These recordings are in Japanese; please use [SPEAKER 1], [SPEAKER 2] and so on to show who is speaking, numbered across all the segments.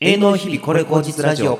[SPEAKER 1] 芸能日々これ後日ラジオ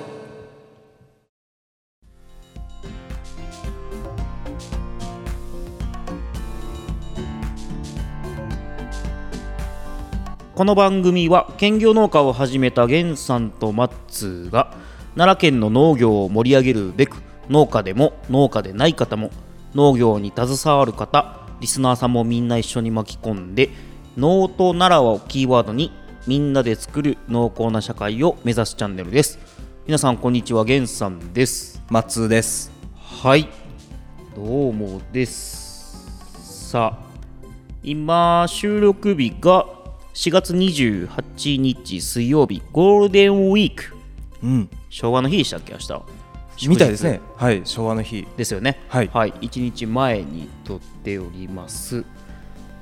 [SPEAKER 2] この番組は兼業農家を始めた源さんとマッツーが奈良県の農業を盛り上げるべく農家でも農家でない方も農業に携わる方リスナーさんもみんな一緒に巻き込んで農と奈良をキーワードにみんなで作る濃厚な社会を目指すチャンネルです皆さんこんにちは源さんです
[SPEAKER 1] 松尾です
[SPEAKER 2] はいどうもですさあ今収録日が4月28日水曜日ゴールデンウィーク
[SPEAKER 1] うん
[SPEAKER 2] 昭和の日でしたっけ明日祝日
[SPEAKER 1] みたいですねはい昭和の日
[SPEAKER 2] ですよね
[SPEAKER 1] はい
[SPEAKER 2] 1日前に撮っております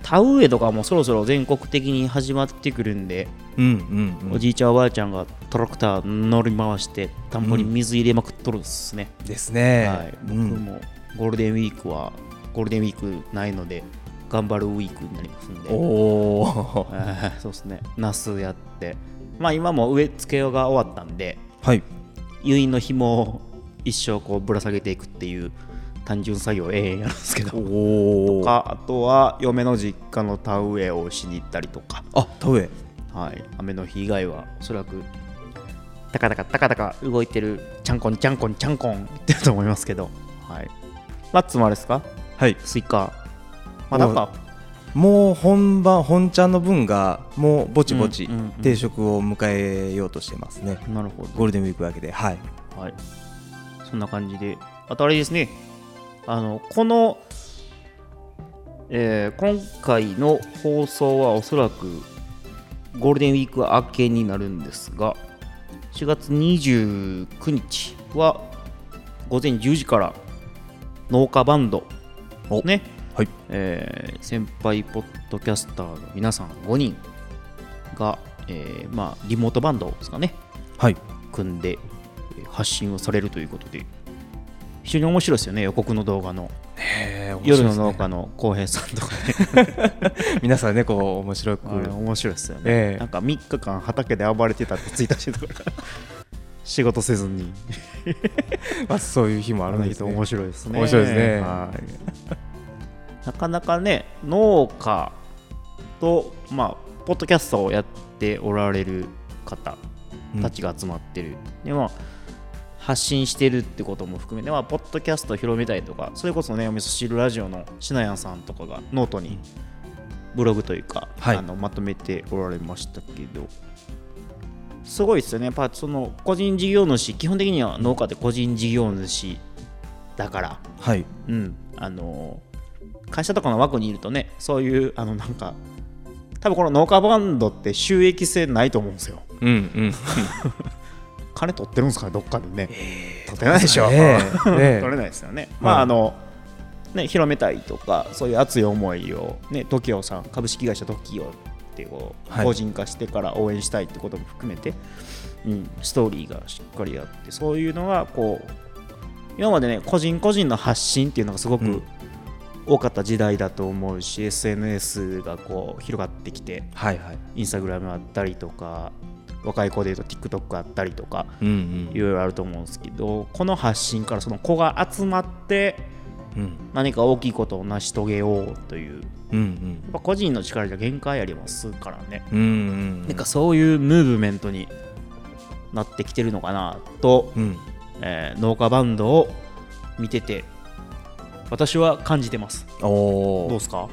[SPEAKER 2] 田植えとかもそろそろ全国的に始まってくるんで、
[SPEAKER 1] うんうん、
[SPEAKER 2] おじいちゃんおばあちゃんがトラクター乗り回して田んぼに水入れまくっとるんですね、
[SPEAKER 1] ですね、
[SPEAKER 2] はい、
[SPEAKER 1] う
[SPEAKER 2] 僕
[SPEAKER 1] ん、
[SPEAKER 2] もゴールデンウィークはゴールデンウィークないので頑張るウィークになりますんで
[SPEAKER 1] おお
[SPEAKER 2] えーそうですねナスやってまあ今も植え付けが終わったんで
[SPEAKER 1] はい
[SPEAKER 2] 誘引の紐を一生こうぶら下げていくっていう単純作業を永遠やるんですけど
[SPEAKER 1] おお
[SPEAKER 2] かあとは嫁の実家の田植えをしに行ったりとか、
[SPEAKER 1] あ田植え
[SPEAKER 2] はい、雨の日以外はおそらくたかたかたかたか動いてるちゃんこんちゃんこんちゃんこん言ってると思いますけどはいマッツもあれですか
[SPEAKER 1] はい
[SPEAKER 2] スイカまだか
[SPEAKER 1] もう本番本ちゃんの分がもうぼちぼち
[SPEAKER 2] うんうんうん
[SPEAKER 1] 定食を迎えようとしてますね、
[SPEAKER 2] なるほど
[SPEAKER 1] ゴールデンウィーク明けではい
[SPEAKER 2] はい、そんな感じで、あとあれですね、あのこの、えー今回の放送はおそらくゴールデンウィーク明けになるんですが、4月29日は午前10時から農家バンド、
[SPEAKER 1] お
[SPEAKER 2] ね
[SPEAKER 1] はい
[SPEAKER 2] えー先輩ポッドキャスターの皆さん5人が、えーまあ、リモートバンドですかね。
[SPEAKER 1] はい
[SPEAKER 2] 組んでえー発信をされるということで非常に面白いですよね予告の動画の、夜の農家の浩平さんとかね
[SPEAKER 1] 皆さんねこう面白く
[SPEAKER 2] あれ面白いですよね、
[SPEAKER 1] ええ
[SPEAKER 2] なんか3日間畑で暴れてたってツイートしてたから仕事せずに
[SPEAKER 1] まあそういう日もあ
[SPEAKER 2] あ
[SPEAKER 1] る
[SPEAKER 2] の
[SPEAKER 1] んです
[SPEAKER 2] 人
[SPEAKER 1] ね
[SPEAKER 2] 面白いですね
[SPEAKER 1] 面白いですね
[SPEAKER 2] はいなかなかね農家とまあポッドキャストをやっておられる方たちが集まってる、でも発信してるってことも含めて、まあ、ポッドキャストを広めたいとかそれこそねお味噌汁ラジオのしなやんさんとかがノートにブログというか、
[SPEAKER 1] はい
[SPEAKER 2] あのまとめておられましたけどすごいですよねやっぱその個人事業主基本的には農家って個人事業主だから
[SPEAKER 1] はい
[SPEAKER 2] うん、あの会社とかの枠にいるとねそういうあのなんか多分この農家バンドって収益性ないと思うんですよ
[SPEAKER 1] うんうん
[SPEAKER 2] 金取ってるんですかねどっかでね、取ってないでしょ、
[SPEAKER 1] ね えね え
[SPEAKER 2] 取れないですよね、まああのね広めたいとかそういう熱い思いをね TOKIO さん株式会社 TOKIO ってこう
[SPEAKER 1] はい
[SPEAKER 2] 法人化してから応援したいってことも含めて、うん、ストーリーがしっかりあってそういうのがこう今までね個人個人の発信っていうのがすご
[SPEAKER 1] う
[SPEAKER 2] く
[SPEAKER 1] ん
[SPEAKER 2] 多かった時代だと思うし、SNS がこう広がってきて
[SPEAKER 1] はいはい
[SPEAKER 2] インスタグラムあったりとか若い子でいうと TikTok あったりとか
[SPEAKER 1] うん
[SPEAKER 2] いろいろあると思うんですけどこの発信からその子が集まって
[SPEAKER 1] うんうん
[SPEAKER 2] 何か大きいことを成し遂げようというや
[SPEAKER 1] うん
[SPEAKER 2] っぱ個人の力じゃ限界ありますからね、
[SPEAKER 1] うんうん
[SPEAKER 2] なんかそういうムーブメントになってきてるのかなと、
[SPEAKER 1] うん
[SPEAKER 2] えー農家バンドを見てて私は感じてます
[SPEAKER 1] お
[SPEAKER 2] どう
[SPEAKER 1] お
[SPEAKER 2] ですか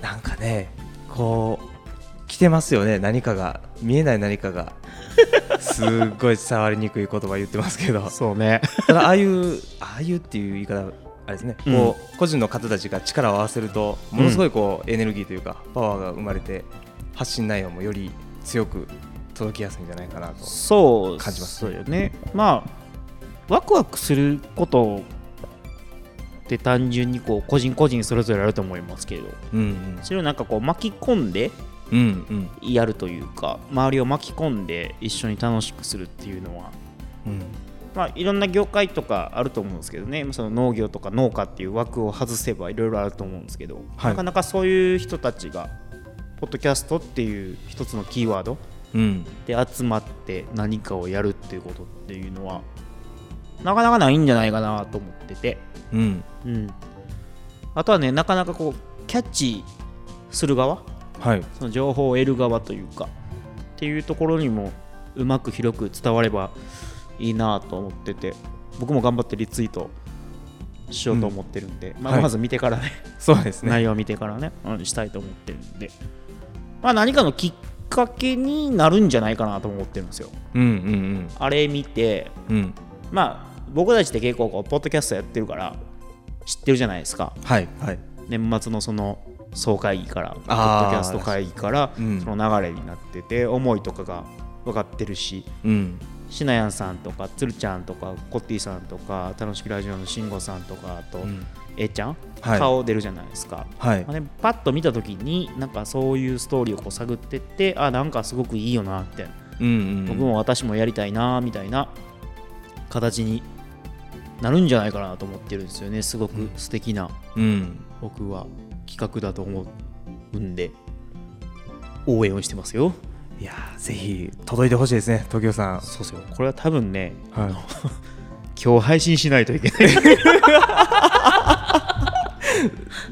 [SPEAKER 1] なんかねこう来てますよね何かが見えない何か がすっごい伝わりにくい言葉言ってますけど
[SPEAKER 2] そうね
[SPEAKER 1] ただ ああいうああいうっていう言い方あれですね、
[SPEAKER 2] うん
[SPEAKER 1] こう個人の方たちが力を合わせるとものすごいこう、エネルギーというかパワーが生まれて発信内容もより強く届きやすいんじゃないかなと
[SPEAKER 2] そう
[SPEAKER 1] 感じます
[SPEAKER 2] そうよねまあワクワクすることって単純にこう個人個人それぞれあると思いますけど
[SPEAKER 1] うん
[SPEAKER 2] それをなんかこう巻き込んで
[SPEAKER 1] うんうんうん
[SPEAKER 2] やるというか周りを巻き込んで一緒に楽しくするっていうのは、
[SPEAKER 1] うん
[SPEAKER 2] まあ、いろんな業界とかあると思うんですけどねその農業とか農家っていう枠を外せばいろいろあると思うんですけど、
[SPEAKER 1] はい
[SPEAKER 2] なかなかそういう人たちがポッドキャストっていう一つのキーワード
[SPEAKER 1] うん
[SPEAKER 2] で集まって何かをやるっていうことっていうのはなかなかないんじゃないかなと思ってて、
[SPEAKER 1] うん
[SPEAKER 2] うん、あとはねなかなかこうキャッチする側
[SPEAKER 1] はい
[SPEAKER 2] その情報を得る側というかっていうところにもうまく広く伝わればいいなと思ってて僕も頑張ってリツイートしようと思ってるんで、ま
[SPEAKER 1] は
[SPEAKER 2] あ、
[SPEAKER 1] い
[SPEAKER 2] まず見てからね、
[SPEAKER 1] そうですね
[SPEAKER 2] 内容を見てからね、うん、したいと思ってるんで、まあ、何かのきっかけになるんじゃないかなとも思ってるんですよ
[SPEAKER 1] うんうん
[SPEAKER 2] あれ見て
[SPEAKER 1] うんうん
[SPEAKER 2] まあ僕たちって結構こうポッドキャストやってるから知ってるじゃないですか
[SPEAKER 1] はいはい
[SPEAKER 2] 年末のその総会議からポッ
[SPEAKER 1] あー
[SPEAKER 2] ドキャスト会議から
[SPEAKER 1] うん
[SPEAKER 2] その流れになってて思いとかが分かってるし
[SPEAKER 1] うん
[SPEAKER 2] しなやんさんとかつるちゃんとかコッティさんとか楽しくラジオのしんごさんとかあと、
[SPEAKER 1] ん
[SPEAKER 2] えいちゃん、
[SPEAKER 1] はい
[SPEAKER 2] 顔出るじゃないですか、
[SPEAKER 1] はい
[SPEAKER 2] まあね、パッと見た時になんかそういうストーリーをこう探ってってあなんかすごくいいよなって
[SPEAKER 1] うんうん
[SPEAKER 2] 僕も私もやりたいなみたいな形になるんじゃないかなと思ってるんですよねすごく素敵な
[SPEAKER 1] うん
[SPEAKER 2] 僕は企画だと思うんで応援をしてますよ
[SPEAKER 1] いやーぜひ届いてほしいですね東京さん
[SPEAKER 2] そうですよこれは多分ね
[SPEAKER 1] は
[SPEAKER 2] 今日配信しないといけない
[SPEAKER 1] い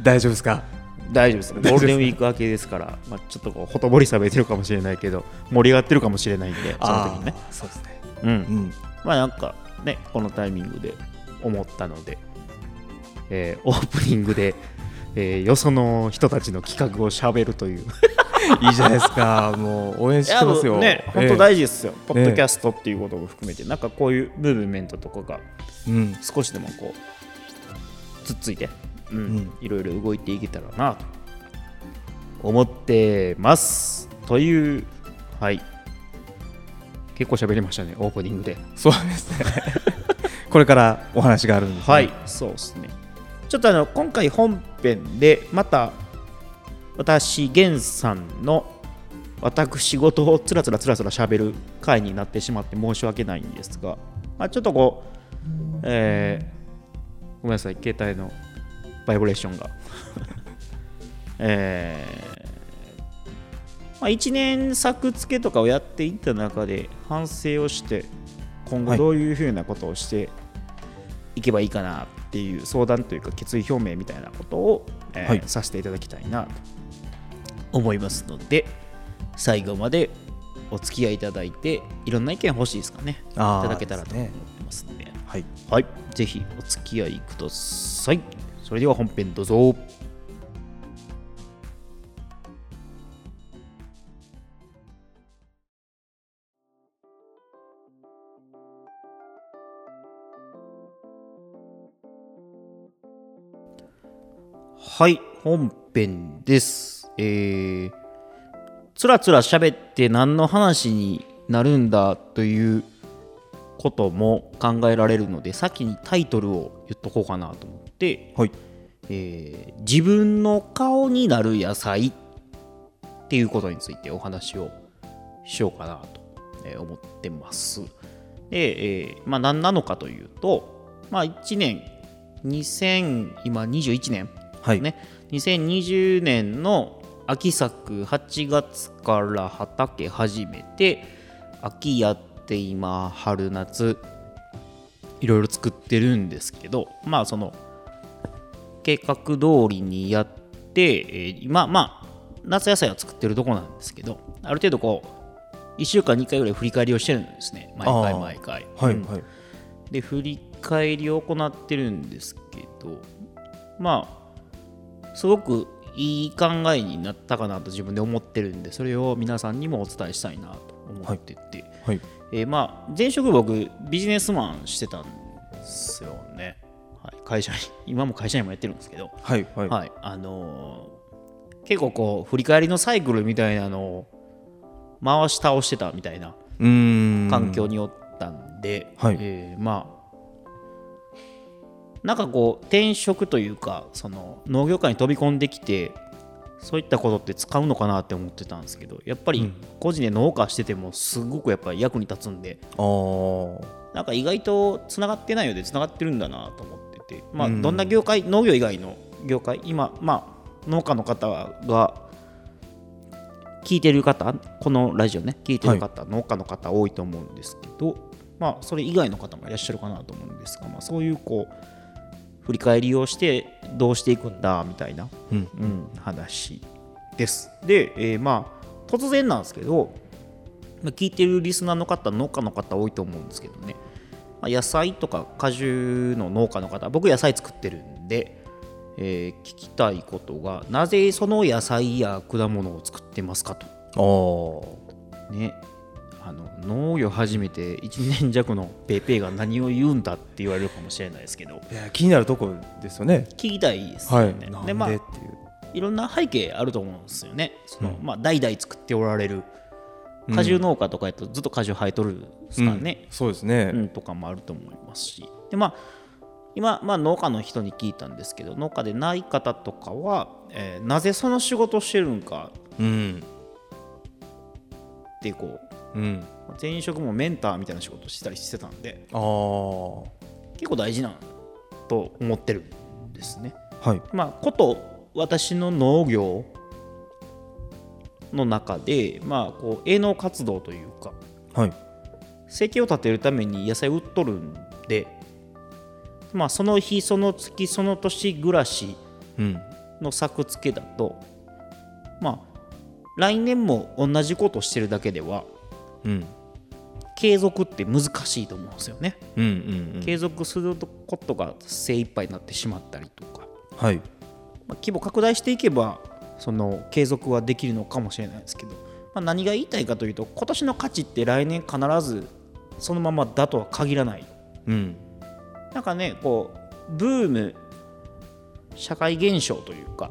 [SPEAKER 1] 大丈夫ですか
[SPEAKER 2] 大丈夫ですゴールデンウィーク明けですから、まあ、ちょっとこうほとぼり冷めてるかもしれないけど盛り上がってるかもしれないんでその時にね
[SPEAKER 1] あーそうですね
[SPEAKER 2] うん
[SPEAKER 1] うん
[SPEAKER 2] まあなんかね、このタイミングで思ったので、えーオープニングで、えーよその人たちの企画をしゃべると いう。
[SPEAKER 1] いいじゃないです かもう応援してますよ
[SPEAKER 2] ね、本当大事ですよ、ポッドキャストっていうことも含めて、なんかこういうムーブメントとかが
[SPEAKER 1] 事うん
[SPEAKER 2] 少しでもこう、つっついて、うん
[SPEAKER 1] ん
[SPEAKER 2] いろいろ動いていけたらなと思ってます。という、はい。結構喋りましたね、オープニングで。
[SPEAKER 1] そうですねこれからお話があるんですね
[SPEAKER 2] はい、そうですね。ちょっとあの今回本編でまた私源さんの私事をつらつらつらつら喋る回になってしまって申し訳ないんですが、まあ、ちょっとこう、えーごめんなさい携帯のバイブレーションが えーまあ、1年作付けとかをやっていった中で反省をして今後どういうふうなことをしていけばいいかなっていう相談というか決意表明みたいなことを、えー
[SPEAKER 1] はい
[SPEAKER 2] させていただきたいなと思いますので最後までお付き合いいただいていろんな意見欲しいですかねい
[SPEAKER 1] あー
[SPEAKER 2] ただけたらと思い
[SPEAKER 1] で
[SPEAKER 2] ますので
[SPEAKER 1] はい
[SPEAKER 2] はいぜひお付き合いくださいそれでは本編どうぞはい本編ですえー、つらつら喋って何の話になるんだということも考えられるので先にタイトルを言っとこうかなと思って、
[SPEAKER 1] はい
[SPEAKER 2] えー自分の顔になる野菜っていうことについてお話をしようかなとえー思ってます。で、えーまあ、何なのかというと、まあ、1年2000今21年
[SPEAKER 1] はい
[SPEAKER 2] ね、2020年の秋作8月から畑始めて秋やって今春夏いろいろ作ってるんですけどまあその計画通りにやって、えー今まあ夏野菜を作ってるとこなんですけどある程度こう1週間2回ぐらい振り返りをしてるんですね毎
[SPEAKER 1] あ
[SPEAKER 2] 回
[SPEAKER 1] ー
[SPEAKER 2] 毎回。
[SPEAKER 1] はい
[SPEAKER 2] うん
[SPEAKER 1] はい
[SPEAKER 2] で振り返りを行ってるんですけどまあすごくいい考えになったかなと自分で思ってるんでそれを皆さんにもお伝えしたいなと思ってて、
[SPEAKER 1] はい
[SPEAKER 2] えーまあ前職僕ビジネスマンしてたんですよね、はい、会社に今も会社にもやってるんですけど、
[SPEAKER 1] はいはい
[SPEAKER 2] はいあのー結構こう振り返りのサイクルみたいなのを回し倒してたみたいな
[SPEAKER 1] うーん
[SPEAKER 2] 環境におったんで、
[SPEAKER 1] はい
[SPEAKER 2] えーまあなんかこう転職というかその農業界に飛び込んできてそういったことって使うのかなって思ってたんですけどやっぱり個人で農家しててもすごくやっぱり役に立つんで
[SPEAKER 1] あー
[SPEAKER 2] なんか意外とつながってないようでつながってるんだなと思ってて、まあ、どんな業界農業以外の業界今、まあ、農家の方が聞いてる方このラジオね聞いてる方、農家の方多いと思うんですけど、まあ、それ以外の方もいらっしゃるかなと思うんですが、まあ、そういうこう振り返りをしてどうしていくんだみたいな、
[SPEAKER 1] うん
[SPEAKER 2] うん話です。で、えーまあ突然なんですけど、まあ、聞いてるリスナーの方農家の方多いと思うんですけどね、まあ、野菜とか果樹の農家の方僕野菜作ってるんで、えー聞きたいことがなぜその野菜や果物を作ってますかと。
[SPEAKER 1] おお
[SPEAKER 2] ねあの農業始めて1年弱のペーペーが何を言うんだって言われるかもしれないですけど
[SPEAKER 1] ーいや気になるとこですよね
[SPEAKER 2] 聞きたいです
[SPEAKER 1] は
[SPEAKER 2] よ
[SPEAKER 1] い
[SPEAKER 2] ね。
[SPEAKER 1] なん
[SPEAKER 2] で
[SPEAKER 1] で
[SPEAKER 2] ま
[SPEAKER 1] っ
[SPEAKER 2] あ
[SPEAKER 1] ていう、
[SPEAKER 2] いろんな背景あると思うんですよね。その
[SPEAKER 1] うん
[SPEAKER 2] まあ、代々作っておられる果樹農家とかやとずっと果樹生えとるですからね、
[SPEAKER 1] そうですね、
[SPEAKER 2] うんとかもあると思いますしで、まあ、今、まあ、農家の人に聞いたんですけど農家でない方とかは、えーなぜその仕事をしてるんか
[SPEAKER 1] うん
[SPEAKER 2] ってこう
[SPEAKER 1] うん、
[SPEAKER 2] まあ前職もメンターみたいな仕事をしてたりしてたんで
[SPEAKER 1] ああは
[SPEAKER 2] 結構大事なと思ってるんですね。
[SPEAKER 1] い
[SPEAKER 2] まあ、こと私の農業の中で、まあ、こう営農活動というか
[SPEAKER 1] はい
[SPEAKER 2] 生計を立てるために野菜売っとるんで、まあ、その日その月その年暮らし
[SPEAKER 1] うん
[SPEAKER 2] の作付けだと、まあ、来年も同じことしてるだけでは
[SPEAKER 1] うん
[SPEAKER 2] 継続って難しいと思うんですよね。
[SPEAKER 1] うんうん
[SPEAKER 2] 継続することが精一杯になってしまったりとか。
[SPEAKER 1] うんはい
[SPEAKER 2] まあ、規模拡大していけばその継続はできるのかもしれないですけど、まあ、何が言いたいかというと今年の価値って来年必ずそのままだとは限らない
[SPEAKER 1] うん
[SPEAKER 2] なんかねこうブーム社会現象というか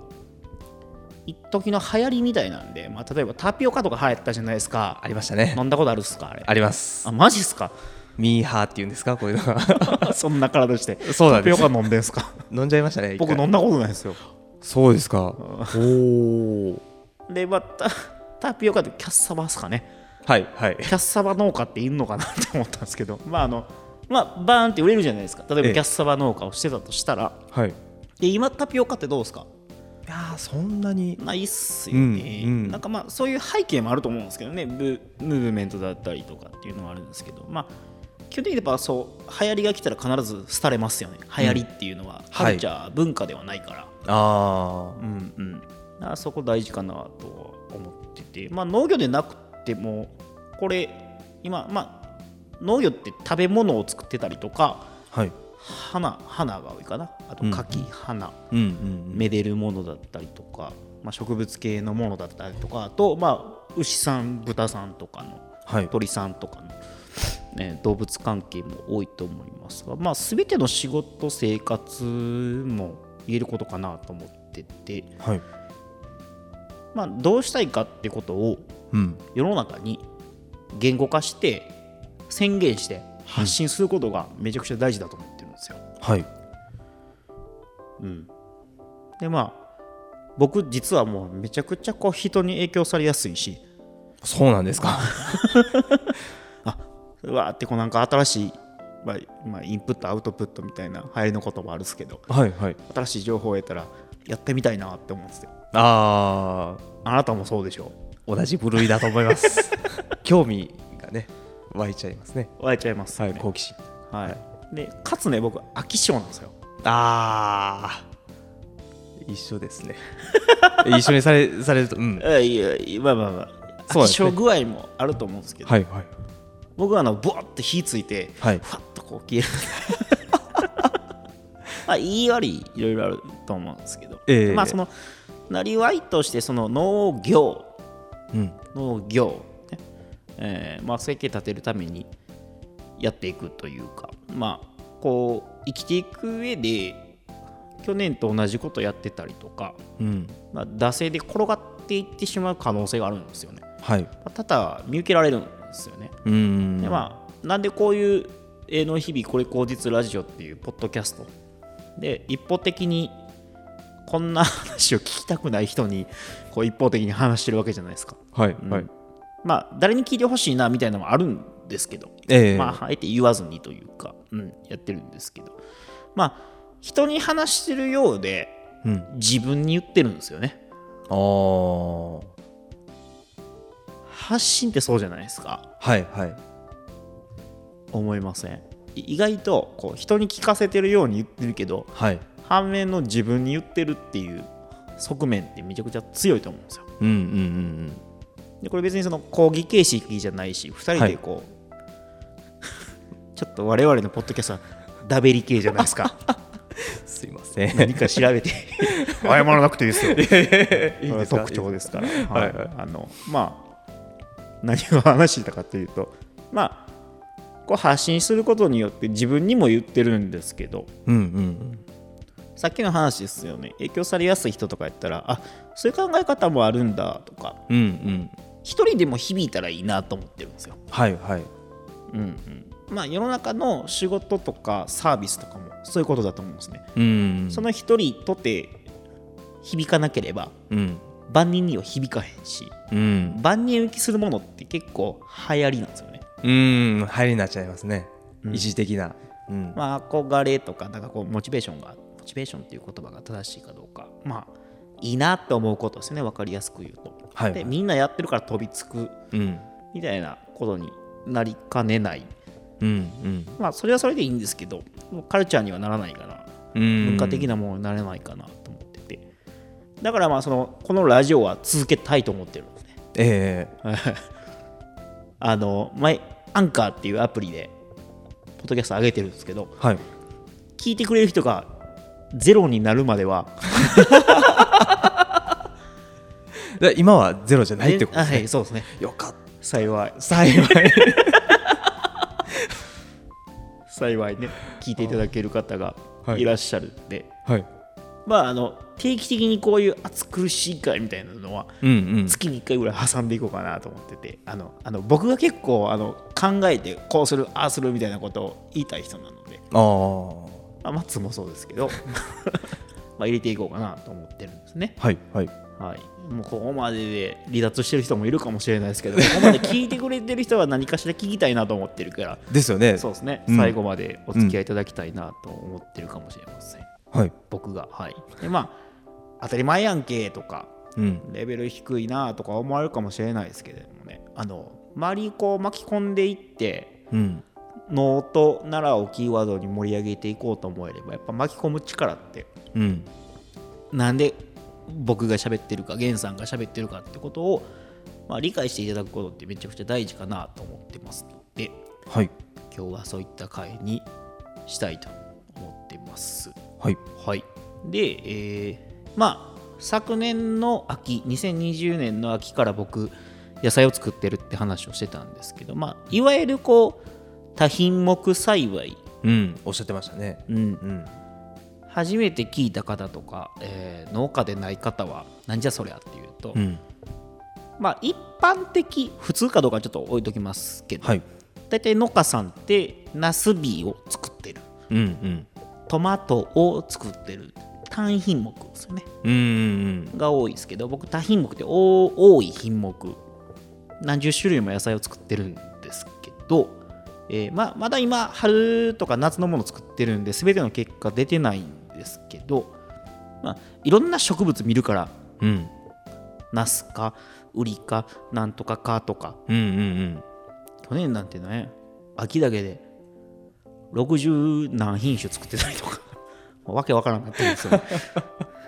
[SPEAKER 2] 一時の流行りみたいなんで、まあ、例えばタピオカとか流行ったじゃないですか
[SPEAKER 1] ありましたね
[SPEAKER 2] 飲んだことあるっすかあれ
[SPEAKER 1] あります
[SPEAKER 2] あマジっす か
[SPEAKER 1] ミーハーっていうんですかこういうのが
[SPEAKER 2] そんな体して
[SPEAKER 1] そうなん
[SPEAKER 2] タ
[SPEAKER 1] で
[SPEAKER 2] ピオ
[SPEAKER 1] す
[SPEAKER 2] カ飲んでんす か
[SPEAKER 1] 飲んじゃいましたね一回
[SPEAKER 2] 僕飲んだことないですよ
[SPEAKER 1] そうですかおお
[SPEAKER 2] でまたタピオカってキャッサバっすかね
[SPEAKER 1] はいはい
[SPEAKER 2] キャッサバ農家っているのかなって思ったんですけど、まああのまあ、バーンって売れるじゃないですか例えば
[SPEAKER 1] ええ
[SPEAKER 2] キャッサバ農家をしてたとしたら
[SPEAKER 1] はいい
[SPEAKER 2] で今タピオカってどうですか
[SPEAKER 1] やーそんなに
[SPEAKER 2] ないっすよね、
[SPEAKER 1] うんうん
[SPEAKER 2] なんかまあそういう背景もあると思うんですけどねブムーブメントだったりとかっていうのはあるんですけどまあ基本的にやっぱそう流行りが来たら必ず廃れますよね流行りっていうのはカルチャー、文化ではないから
[SPEAKER 1] ああ
[SPEAKER 2] うんうん、あそこ大事かなとは思ってて、まあ、農業でなくてもこれ今、まあ、農業って食べ物を作ってたりとか
[SPEAKER 1] はい
[SPEAKER 2] 花花が多いかなあと
[SPEAKER 1] うん
[SPEAKER 2] 柿、花
[SPEAKER 1] うんうん
[SPEAKER 2] めでるものだったりとか、まあ、植物系のものだったりとかあと、まあ、牛さん豚さんとかの
[SPEAKER 1] はい
[SPEAKER 2] 鳥さんとかの、ね、動物関係も多いと思いますが、まあ、全ての仕事生活も言えることかなと思ってて。
[SPEAKER 1] はい
[SPEAKER 2] まあ、どうしたいかってことを
[SPEAKER 1] うん
[SPEAKER 2] 世の中に言語化して宣言して発信することがめちゃくちゃ大事だと思ってるんですよ。
[SPEAKER 1] はい
[SPEAKER 2] でまあ僕実はもうめちゃくちゃこう人に影響されやすいし
[SPEAKER 1] そうなんですか
[SPEAKER 2] うわーってこうなんか新しい、まあまあ、インプットアウトプットみたいな流行りの言葉あるんですけど
[SPEAKER 1] はいはい
[SPEAKER 2] 新しい情報を得たらやってみたいなって思うんですよ。
[SPEAKER 1] ああ
[SPEAKER 2] あなたもそうでしょ
[SPEAKER 1] 同じ部類だと思います 興味がね湧いちゃいますね
[SPEAKER 2] 湧いちゃいます、
[SPEAKER 1] は
[SPEAKER 2] ね
[SPEAKER 1] い好奇心
[SPEAKER 2] はい、でかつね僕飽き性なんですよ。
[SPEAKER 1] ああ一緒ですね 一緒にされされるとうん
[SPEAKER 2] えいやいやまあまあまあ
[SPEAKER 1] そう
[SPEAKER 2] 相
[SPEAKER 1] ですね
[SPEAKER 2] 性具合もあると思うんですけど
[SPEAKER 1] はいはい
[SPEAKER 2] 僕はあのボワッと火ついて、
[SPEAKER 1] はい
[SPEAKER 2] ふわっとこう消える まあ言い悪いいろいろあると思うんですけど、
[SPEAKER 1] ええ
[SPEAKER 2] まあそのなりわいとしてその農業
[SPEAKER 1] うん
[SPEAKER 2] 農業、ねえーまあ、生計立てるためにやっていくというかまあこう生きていく上で去年と同じことやってたりとか、
[SPEAKER 1] うん
[SPEAKER 2] まあ、惰性で転がっていってしまう可能性があるんですよね。
[SPEAKER 1] はい
[SPEAKER 2] まあ多々見受けられるんですよね。
[SPEAKER 1] うん
[SPEAKER 2] でまあなんでこういう「営農日々これ口実ラジオ」っていうポッドキャストで一方的にこんな話を聞きたくない人にこう一方的に話してるわけじゃないですか。
[SPEAKER 1] はい
[SPEAKER 2] うん
[SPEAKER 1] はい
[SPEAKER 2] まあ誰に聞いてほしいなみたいなのもあるんですけど、
[SPEAKER 1] ええ
[SPEAKER 2] まああえて言わずにというか、うん、やってるんですけどまあ人に話してるようで
[SPEAKER 1] うん
[SPEAKER 2] 自分に言ってるんですよね。
[SPEAKER 1] ああ
[SPEAKER 2] 発信ってそうじゃないですか
[SPEAKER 1] はいはい
[SPEAKER 2] 思いませんい意外とこう人に聞かせてるように言ってるけど
[SPEAKER 1] はい
[SPEAKER 2] 反面の自分に言ってるっていう側面ってめちゃくちゃ強いと思うんですよ
[SPEAKER 1] うんうんうん
[SPEAKER 2] でこれ別にその講義形式じゃないし2人でこう、 ちょっと我々のポッドキャストはダベリ系じゃないです か
[SPEAKER 1] うんすいません
[SPEAKER 2] 何か調べて 謝らなくてい いですよ
[SPEAKER 1] いいんですか
[SPEAKER 2] 特徴ですから、
[SPEAKER 1] はい
[SPEAKER 2] はいあのまあ何を話してたかというとまあこう発信することによって自分にも言ってるんですけど
[SPEAKER 1] うんうん
[SPEAKER 2] さっきの話ですよね影響されやすい人とかやったらあそういう考え方もあるんだとか
[SPEAKER 1] うんうん
[SPEAKER 2] 一人でも響いたらいいなと思ってるんですよ。
[SPEAKER 1] はいはい
[SPEAKER 2] うんうんまあ、世の中の仕事とかサービスとかもそういうことだと思うんですね。
[SPEAKER 1] うん
[SPEAKER 2] その一人とて響かなければ
[SPEAKER 1] うん
[SPEAKER 2] 万人には響かへんし
[SPEAKER 1] うん
[SPEAKER 2] 万人受けするものって結構流行りなんですよね。
[SPEAKER 1] うん入りになっちゃいますね一時的なうん
[SPEAKER 2] まあ、憧れとかなんかこうモチベーションがモチベーションっていう言葉が正しいかどうかまあいいなって思うことですね分かりやすく言うと。
[SPEAKER 1] はい
[SPEAKER 2] でみんなやってるから飛びつく
[SPEAKER 1] うん
[SPEAKER 2] みたいなことになりかねない
[SPEAKER 1] うん
[SPEAKER 2] まあそれはそれでいいんですけどもうカルチャーにはならないかな
[SPEAKER 1] うんうん
[SPEAKER 2] 文化的なものになれないかなと思ってて、だからまあそのこのラジオは続けたいと思ってるんですね
[SPEAKER 1] ええ
[SPEAKER 2] あの前アンカーっていうアプリでポッドキャスト上げてるんですけど
[SPEAKER 1] はい
[SPEAKER 2] 聞いてくれる人がゼロになるまでは
[SPEAKER 1] で今はゼロじゃないってこと
[SPEAKER 2] あ
[SPEAKER 1] です
[SPEAKER 2] は
[SPEAKER 1] ね
[SPEAKER 2] いそうですね
[SPEAKER 1] よかった
[SPEAKER 2] 幸い
[SPEAKER 1] 幸い
[SPEAKER 2] 幸いね聞いていただける方が
[SPEAKER 1] はい
[SPEAKER 2] いらっしゃるんで、
[SPEAKER 1] はい
[SPEAKER 2] まああの定期的にこういう暑苦しい会みたいなのは
[SPEAKER 1] うんうん
[SPEAKER 2] 月に1回ぐらい挟んでいこうかなと思っててあのあの僕が結構あの考えてこうするああするみたいなことを言いたい人なので、
[SPEAKER 1] ああ
[SPEAKER 2] まあ、松もそうです けどまあ入れていこうかなと思ってるんですね、
[SPEAKER 1] はいはい
[SPEAKER 2] はい、もうここまでで離脱してる人もいるかもしれないですけどここまで聞いてくれてる人は何かしら聞きたいなと思ってる から
[SPEAKER 1] ですよね
[SPEAKER 2] そうですね、
[SPEAKER 1] うん
[SPEAKER 2] 最後までお付き合いいただきたいなと思ってるかもしれません、
[SPEAKER 1] はい
[SPEAKER 2] 僕がはい でまあ当たり前やんけとか
[SPEAKER 1] うん
[SPEAKER 2] レベル低いなとか思われるかもしれないですけれどもねあの周りにこう巻き込んでいって
[SPEAKER 1] うん
[SPEAKER 2] 能と奈良をキーワードに盛り上げていこうと思えればやっぱ巻き込む力って
[SPEAKER 1] うん
[SPEAKER 2] なんで僕が喋ってるか源さんが喋ってるかってことを、まあ、理解していただくことってめちゃくちゃ大事かなと思ってますので
[SPEAKER 1] はい
[SPEAKER 2] 今日はそういった回にしたいと思ってます。
[SPEAKER 1] はい
[SPEAKER 2] はい、で、えーまあ昨年の秋2020年の秋から僕野菜を作ってるって話をしてたんですけど、まあ、いわゆるこう多品目栽培、
[SPEAKER 1] うんおっしゃってましたね
[SPEAKER 2] うん
[SPEAKER 1] うん
[SPEAKER 2] 初めて聞いた方とか、えー農家でない方はなんじゃそりゃっていうと、
[SPEAKER 1] うん
[SPEAKER 2] まあ一般的普通かどうかちょっと置いときますけど、
[SPEAKER 1] はい
[SPEAKER 2] 大体農家さんってナスビを作ってる
[SPEAKER 1] うんうん
[SPEAKER 2] トマトを作ってる単品目ですよね
[SPEAKER 1] うんうん
[SPEAKER 2] が多いですけど僕多品目って多多い品目何十種類も野菜を作ってるんですけど、えーまあまだ今春とか夏のものを作ってるんで全ての結果出てないんですけど、まあ、いろんな植物見るから
[SPEAKER 1] うんうん
[SPEAKER 2] ナスかウリかなんとかかとか
[SPEAKER 1] うんうん
[SPEAKER 2] 去年なんてね秋だけで60何品種作ってたりとか もうわけわからんなってるんですよ、ね、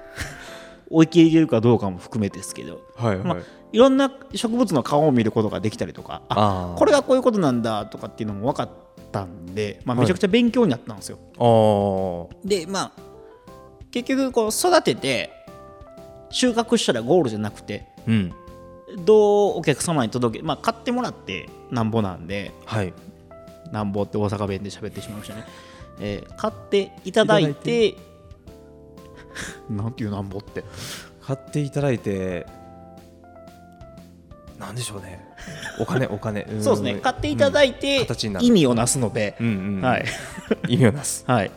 [SPEAKER 2] 追い切れるかどうかも含めてですけど
[SPEAKER 1] はいはい
[SPEAKER 2] いろんな植物の顔を見ることができたりとかあ
[SPEAKER 1] あ
[SPEAKER 2] こ
[SPEAKER 1] れ
[SPEAKER 2] れがこういうことなんだとかっていうのも分かったんで、まあ、
[SPEAKER 1] はい
[SPEAKER 2] めちゃくちゃ勉強になったんですよ。
[SPEAKER 1] あー
[SPEAKER 2] でまあ結局こう育てて収穫したらゴールじゃなくて
[SPEAKER 1] うん
[SPEAKER 2] どうお客様に届け、まあ、買ってもらってなんぼなんで
[SPEAKER 1] はい
[SPEAKER 2] なんぼって大阪弁で喋ってしまいましたね、えー買っていただいてなんていうなんぼって
[SPEAKER 1] 買っていただいてなんでしょうねお 金お金ん
[SPEAKER 2] そうですね買っていただい
[SPEAKER 1] うん
[SPEAKER 2] て
[SPEAKER 1] 形になる
[SPEAKER 2] 意味をなすので
[SPEAKER 1] う、んうんうん
[SPEAKER 2] はい
[SPEAKER 1] 意味を なす
[SPEAKER 2] はい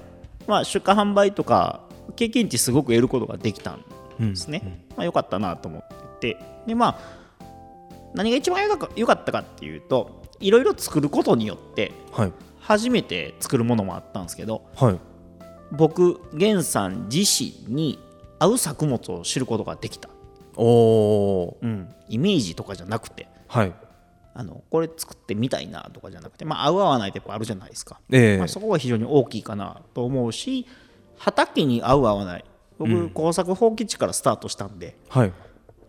[SPEAKER 2] まあ、出荷販売とか経験値すごく得ることができたん
[SPEAKER 1] うん
[SPEAKER 2] ですね、まあ、よかったなと思っててで、まあ、何が一番良か良かったかっていうといろいろ作ることによって
[SPEAKER 1] はい
[SPEAKER 2] 初めて作るものもあったんですけど
[SPEAKER 1] はい
[SPEAKER 2] 僕源さん自身に合う作物を知ることができた、
[SPEAKER 1] おお
[SPEAKER 2] うん、イメージとかじゃなくて
[SPEAKER 1] はい
[SPEAKER 2] あのこれ作ってみたいなとかじゃなくて、まあ、合う合わないってやっぱあるじゃないですか、
[SPEAKER 1] ええ
[SPEAKER 2] まあ、そこが非常に大きいかなと思うし畑に合う合わない僕工作放棄地からスタートしたんで、
[SPEAKER 1] はい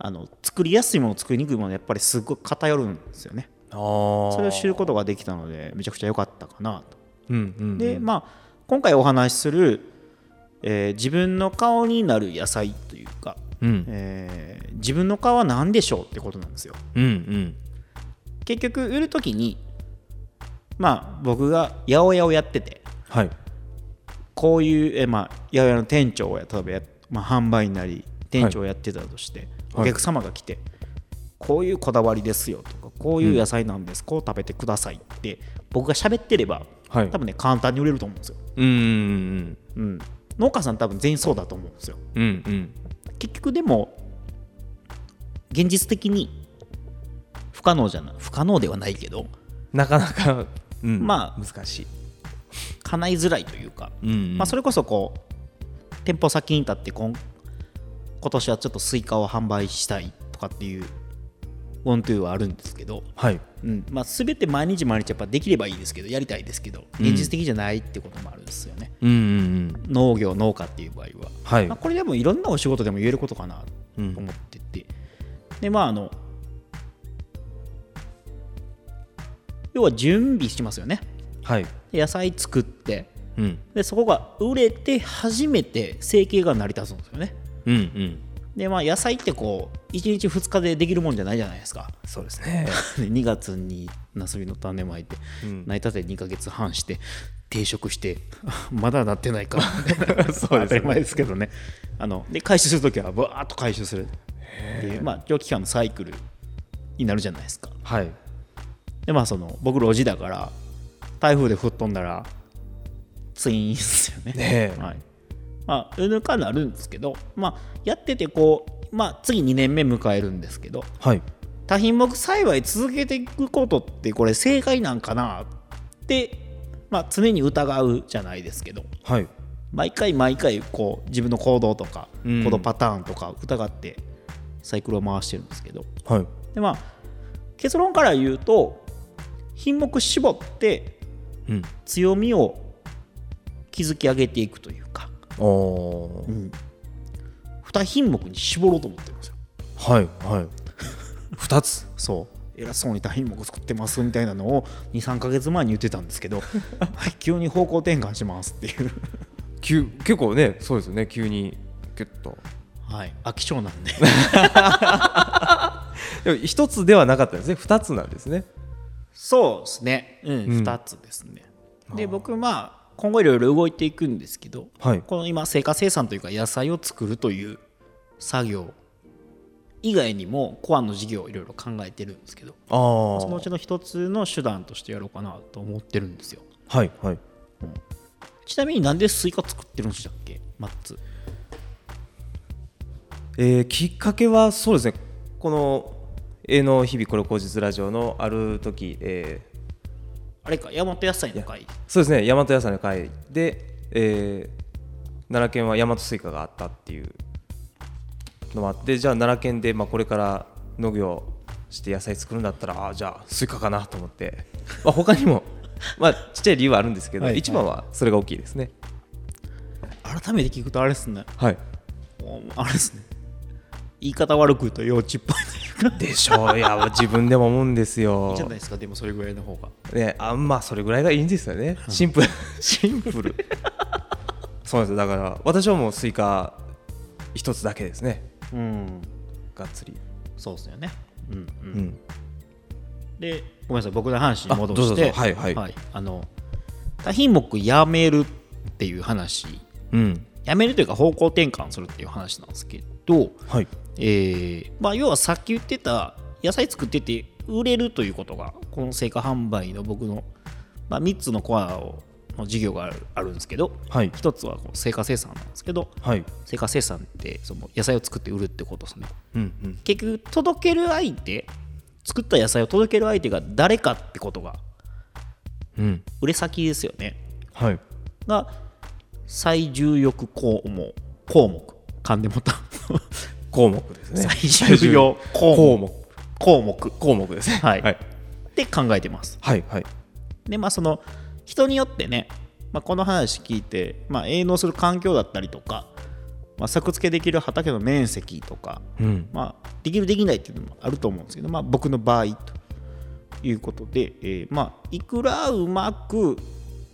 [SPEAKER 2] あの作りやすいもの作りにくいものやっぱりすごい偏るんですよね
[SPEAKER 1] ああ
[SPEAKER 2] それを知ることができたのでめちゃくちゃ良かったかなと
[SPEAKER 1] うんうん
[SPEAKER 2] で、まあ、今回お話しする、えー自分の顔になる野菜というか、
[SPEAKER 1] うん
[SPEAKER 2] えー自分の顔は何でしょうってことなんですよ
[SPEAKER 1] うんうん
[SPEAKER 2] 結局売る時にまあ僕が八百屋をやってて
[SPEAKER 1] はい
[SPEAKER 2] こういう、えーまあ、八百屋の店長をや例えばや、まあ、販売なり店長をやってたとして、
[SPEAKER 1] はい
[SPEAKER 2] お客様が来て、こういうこだわりですよとかこういう野菜なんです、こう食べてくださいって僕が喋ってれば、
[SPEAKER 1] はい
[SPEAKER 2] 多分ね簡単に売れると思うんですよ、
[SPEAKER 1] うんうん
[SPEAKER 2] うん、農家さん多分全員そうだと思うんですよ
[SPEAKER 1] うんうんうん
[SPEAKER 2] 結局でも現実的に不可能じゃない不可能ではないけど
[SPEAKER 1] なかなか、うん、
[SPEAKER 2] まあ
[SPEAKER 1] 難しい、
[SPEAKER 2] 叶いづらいというか、
[SPEAKER 1] うんうん
[SPEAKER 2] まあ、それこそこう店舗先に立って今今年はちょっとスイカを販売したいとかっていうオントゥーはあるんですけど、
[SPEAKER 1] はい
[SPEAKER 2] うんまあ、全て毎日毎日やっぱできればいいですけどやりたいですけど現実的じゃないってこともあるんですよね、
[SPEAKER 1] うんうんうん
[SPEAKER 2] 農業農家っていう場合は、
[SPEAKER 1] はい
[SPEAKER 2] まあ、これでもいろんなお仕事でも言えることか
[SPEAKER 1] う
[SPEAKER 2] なと
[SPEAKER 1] ん
[SPEAKER 2] 思ってて、でまああの要は準備しますよね
[SPEAKER 1] はい
[SPEAKER 2] で野菜作って
[SPEAKER 1] うん
[SPEAKER 2] でそこが売れて初めて生計が成り立つんですよね
[SPEAKER 1] うんうん
[SPEAKER 2] でまあ野菜ってこう1日2日でできるもんじゃないじゃないですか
[SPEAKER 1] そうですね
[SPEAKER 2] で2月にナスビの種まいて
[SPEAKER 1] うん
[SPEAKER 2] 成り立て2ヶ月半して定食して まだなってないか
[SPEAKER 1] そうですね
[SPEAKER 2] 当たり前ですけどねあので回収するときはバーッと回収するっていうまあ長期間のサイクルになるじゃないですか
[SPEAKER 1] はい
[SPEAKER 2] でまあその僕路地だから台風で吹っ飛んだらツイーンですよね
[SPEAKER 1] ねえ
[SPEAKER 2] はいまあうぬかなるんですけどまあやっててこうまあ次2年目迎えるんですけど
[SPEAKER 1] はい
[SPEAKER 2] 多品目幸い続けていくことってこれ正解なんかなってまあ常に疑うじゃないですけど
[SPEAKER 1] はい
[SPEAKER 2] 毎回毎回こう自分の行動とか
[SPEAKER 1] うん
[SPEAKER 2] 行動パターンとか疑ってサイクルを回してるんですけど、
[SPEAKER 1] はい
[SPEAKER 2] でまあ結論から言うと品目絞って
[SPEAKER 1] うん
[SPEAKER 2] 強みを築き上げていくというか、
[SPEAKER 1] おー
[SPEAKER 2] 2品目に絞ろうと思ってるんですよ
[SPEAKER 1] はいはい二つ
[SPEAKER 2] そう偉そうに多品目作ってますみたいなのを23か月前に言ってたんです けどはい急に方向転換しますっていう
[SPEAKER 1] 急結構ねそうですよね急にキュッと
[SPEAKER 2] はい飽き性なんで
[SPEAKER 1] でも一つではなかったんですね二つなんですね
[SPEAKER 2] そうですねうん、
[SPEAKER 1] ん
[SPEAKER 2] 2つですねで僕まあ今後いろいろ動いていくんですけど、
[SPEAKER 1] はい
[SPEAKER 2] この今成果生産というか野菜を作るという作業以外にもコアの事業をいろいろ考えてるんですけど
[SPEAKER 1] ああ
[SPEAKER 2] そのうちの一つの手段としてやろうかなと思ってるんですよ
[SPEAKER 1] はいはい
[SPEAKER 2] ちなみになんでスイカ作ってるんでしたっけマッツ
[SPEAKER 1] えーきっかけはそうですねこの「えーの日々これ口実ラジオ」のある時、えー
[SPEAKER 2] あれか大和野菜の会
[SPEAKER 1] そうですね大和屋さんの会で、えー奈良県は大和スイカがあったっていうのもあってじゃあ奈良県で、まあ、これから農業して野菜作るんだったらあーじゃあスイカかなと思って、まあ、他にも、 まあ、ちっちゃい理由はあるんですけど、
[SPEAKER 2] はい
[SPEAKER 1] 一番はそれが大きいですね
[SPEAKER 2] 改めて聞くとあれですね
[SPEAKER 1] はい
[SPEAKER 2] もうあれですね言い方悪く言うと幼稚っぽいというか
[SPEAKER 1] でしょういや自分でも思うんですよ
[SPEAKER 2] じゃないですかでもそれぐらいの方が
[SPEAKER 1] ね、あんまあそれぐらいがいいんですよねシンプル シンプルそうなんですよだから私はもうスイカ一つだけですね
[SPEAKER 2] うん
[SPEAKER 1] がっつり
[SPEAKER 2] そうですよねうんうん
[SPEAKER 1] うん
[SPEAKER 2] でごめんなさい僕の話に戻
[SPEAKER 1] あど
[SPEAKER 2] し
[SPEAKER 1] うぞどう
[SPEAKER 2] て
[SPEAKER 1] ぞはいはい
[SPEAKER 2] あの多品目やめるっていう話
[SPEAKER 1] うん
[SPEAKER 2] やめるというか方向転換するっていう話なんですけど、
[SPEAKER 1] はい
[SPEAKER 2] えーまあ、要はさっき言ってた野菜作ってて売れるということがこの成果販売の僕の、まあ、3つのコアをの事業があるあるんですけど
[SPEAKER 1] はい
[SPEAKER 2] 1つはこう成果生産なんですけど
[SPEAKER 1] はい
[SPEAKER 2] 成果生産ってその野菜を作って売るってことですね
[SPEAKER 1] うんうん
[SPEAKER 2] 結局届ける相手作った野菜を届ける相手が誰かってことが
[SPEAKER 1] うん
[SPEAKER 2] 売れ先ですよね
[SPEAKER 1] はい
[SPEAKER 2] が最重欲項目項目噛んでもた
[SPEAKER 1] 項目ですね
[SPEAKER 2] 最重要項目
[SPEAKER 1] 項目
[SPEAKER 2] 項目
[SPEAKER 1] 項目ですね
[SPEAKER 2] はい
[SPEAKER 1] はい
[SPEAKER 2] って考えてます。
[SPEAKER 1] はいはい
[SPEAKER 2] でまあその人によってね、まあ、この話聞いて、まあ、営農する環境だったりとか、まあ、作付けできる畑の面積とか、
[SPEAKER 1] うん
[SPEAKER 2] まあ、できるできないっていうのもあると思うんですけど、まあ、僕の場合ということで、えーまあ、いくらうまく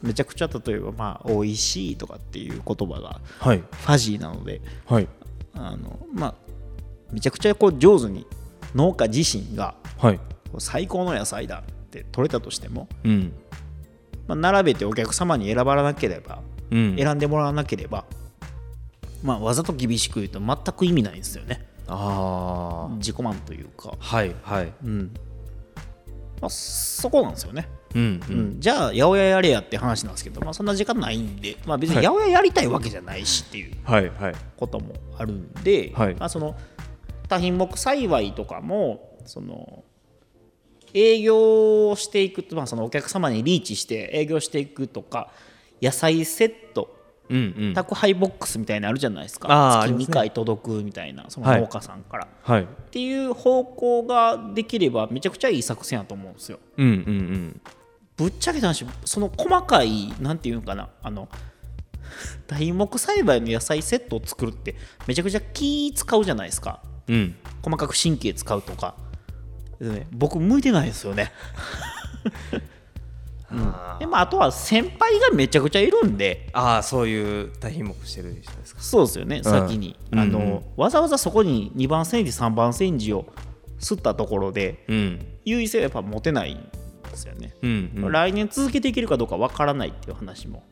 [SPEAKER 2] めちゃくちゃ例えばまあ美味しいとかっていう言葉が
[SPEAKER 1] はい
[SPEAKER 2] ファジーなので
[SPEAKER 1] はい
[SPEAKER 2] あの、まあ、めちゃくちゃこう上手に農家自身が
[SPEAKER 1] はい
[SPEAKER 2] こう最高の野菜だって取れたとしても、
[SPEAKER 1] うん
[SPEAKER 2] まあ、並べてお客様に選ばなければ
[SPEAKER 1] うん
[SPEAKER 2] 選んでもらわなければ、まあ、わざと厳しく言うと全く意味ないんですよね
[SPEAKER 1] あ
[SPEAKER 2] 自己満というか
[SPEAKER 1] あ、はいはい
[SPEAKER 2] うんまあ、そこなんですよね、
[SPEAKER 1] うんう
[SPEAKER 2] うんん、じゃあ八百屋やれやって話なんですけど、まあ、そんな時間ないんで、まあ、別に八百屋やりたいわけじゃないしっていう
[SPEAKER 1] はいはい
[SPEAKER 2] こともあるんで、
[SPEAKER 1] はい
[SPEAKER 2] まあ、その多品目幸いとかもその営業をしていくと、まあ、そのお客様にリーチして営業していくとか野菜セット
[SPEAKER 1] うんうん
[SPEAKER 2] 宅配ボックスみたいなのあるじゃないですか
[SPEAKER 1] あーあ
[SPEAKER 2] 月
[SPEAKER 1] ります
[SPEAKER 2] 2
[SPEAKER 1] ね
[SPEAKER 2] 回届くみたいなその
[SPEAKER 1] はい
[SPEAKER 2] 農家さんから、
[SPEAKER 1] はい
[SPEAKER 2] っていう方向ができればめちゃくちゃいい作戦やと思うんですよ。
[SPEAKER 1] うんうん
[SPEAKER 2] ぶっちゃけた話その細かいなんていうのかなあの多品目栽培の野菜セットを作るってめちゃくちゃ気使うじゃないですか
[SPEAKER 1] うんうん
[SPEAKER 2] 細かく神経使うとか、でね、僕向いてないですよ ね
[SPEAKER 1] あ
[SPEAKER 2] で、まあ、あとは先輩がめちゃくちゃいるんで
[SPEAKER 1] あーそういう多品目してる人ですか
[SPEAKER 2] そうですよね、先に
[SPEAKER 1] うん
[SPEAKER 2] あの、
[SPEAKER 1] うんうん
[SPEAKER 2] わざわざそこに2番煎じ3番煎じをすったところで
[SPEAKER 1] うん
[SPEAKER 2] 優位性はやっぱ持てないんですよね、
[SPEAKER 1] うんうん
[SPEAKER 2] 来年続けていけるかどうかわからないっていう話も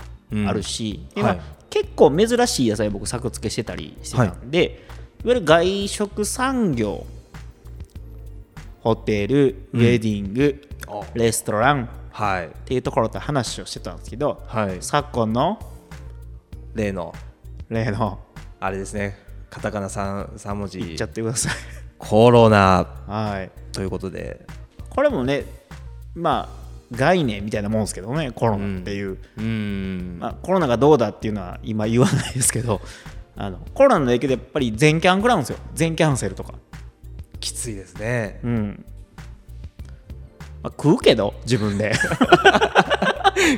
[SPEAKER 2] あるし、
[SPEAKER 1] うん
[SPEAKER 2] でまあ
[SPEAKER 1] はい
[SPEAKER 2] 結構珍しい野菜僕作付けしてたりしてたんで、い、わゆる外食産業ホテルウェディング、
[SPEAKER 1] あ
[SPEAKER 2] レストランっ
[SPEAKER 1] はい
[SPEAKER 2] ていうところと話をしてたんですけど、
[SPEAKER 1] はい
[SPEAKER 2] 昨今の
[SPEAKER 1] 例の
[SPEAKER 2] 例の
[SPEAKER 1] あれですねカタカナ三三文
[SPEAKER 2] 言っ
[SPEAKER 1] 字
[SPEAKER 2] ちゃってください
[SPEAKER 1] コロナ
[SPEAKER 2] はい
[SPEAKER 1] ということで
[SPEAKER 2] これもねまあ概念みたいなもんですけどねコロナっていう、
[SPEAKER 1] うん
[SPEAKER 2] まあ、コロナがどうだっていうのは今言わないですけど あのコロナの影響でやっぱり全キャン食らうんですよ全キャンセルとか
[SPEAKER 1] きついですね
[SPEAKER 2] うん、まあ、食うけど自分 で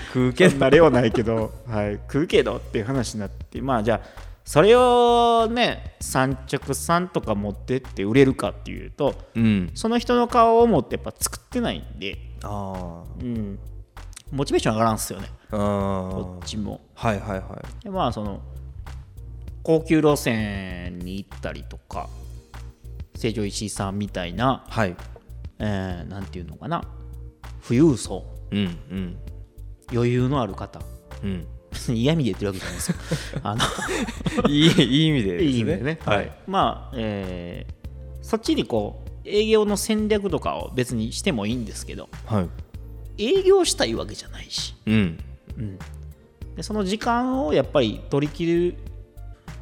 [SPEAKER 1] 食うけ
[SPEAKER 2] そん
[SPEAKER 1] ど
[SPEAKER 2] な量ないけど、 はい、食うけどっていう話になってまあじゃあそれをね産直さんとか持ってって売れるかっていうと
[SPEAKER 1] うん
[SPEAKER 2] その人の顔を持ってやっぱ作ってないんで、
[SPEAKER 1] あ
[SPEAKER 2] うん、モチベーション上がらんっすよね
[SPEAKER 1] あうん
[SPEAKER 2] こっちも。
[SPEAKER 1] はいはいはい
[SPEAKER 2] でまあその高級路線に行ったりとか成城石井さんみたいな、
[SPEAKER 1] はい
[SPEAKER 2] えーなんていうのかな富裕層
[SPEAKER 1] うんうん
[SPEAKER 2] 余裕のある方
[SPEAKER 1] うん
[SPEAKER 2] 別に嫌味で言ってるわけじゃないですよあの
[SPEAKER 1] いいいい意味でですね
[SPEAKER 2] いい意味でね、
[SPEAKER 1] はい
[SPEAKER 2] まあ、えーそっちにこう営業の戦略とかを別にしてもいいんですけど
[SPEAKER 1] はい
[SPEAKER 2] 営業したいわけじゃないし
[SPEAKER 1] うん
[SPEAKER 2] でその時間をやっぱり取り切る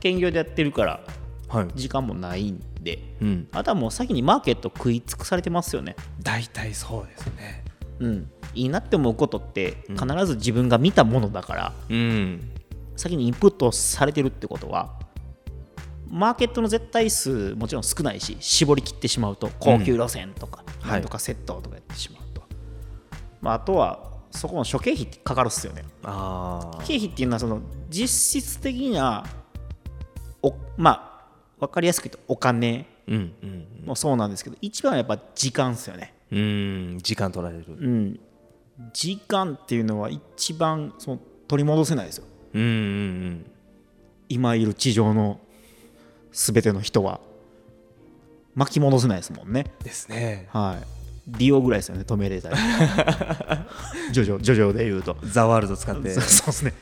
[SPEAKER 2] 兼業でやってるから
[SPEAKER 1] はい
[SPEAKER 2] 時間もないんで
[SPEAKER 1] うん
[SPEAKER 2] あとはもう先にマーケット食い尽くされてますよね
[SPEAKER 1] 大体そうですね
[SPEAKER 2] うんいいなって思うことって必ず自分が見たものだから、
[SPEAKER 1] うん
[SPEAKER 2] 先にインプットされてるってことはマーケットの絶対数もちろん少ないし絞り切ってしまうと高級路線とか、
[SPEAKER 1] はい
[SPEAKER 2] なんとかセットとかやってしまうと、まあ、あとはそこの諸経費ってかかるっすよね
[SPEAKER 1] ああ
[SPEAKER 2] 経費っていうのはその実質的なおまあ分かりやすく言うとお金
[SPEAKER 1] うんうん
[SPEAKER 2] もそうなんですけど一番はやっぱ時間っすよね
[SPEAKER 1] うん時間取られる
[SPEAKER 2] うん時間っていうのは一番その取り戻せないですよ
[SPEAKER 1] うんうん
[SPEAKER 2] 今いる地上の全ての人は巻き戻せないですもんね
[SPEAKER 1] うんですね
[SPEAKER 2] はいディオぐらいですよね止めれたりジョジョジョジョで言うと
[SPEAKER 1] ザワールド使って
[SPEAKER 2] そうそうですね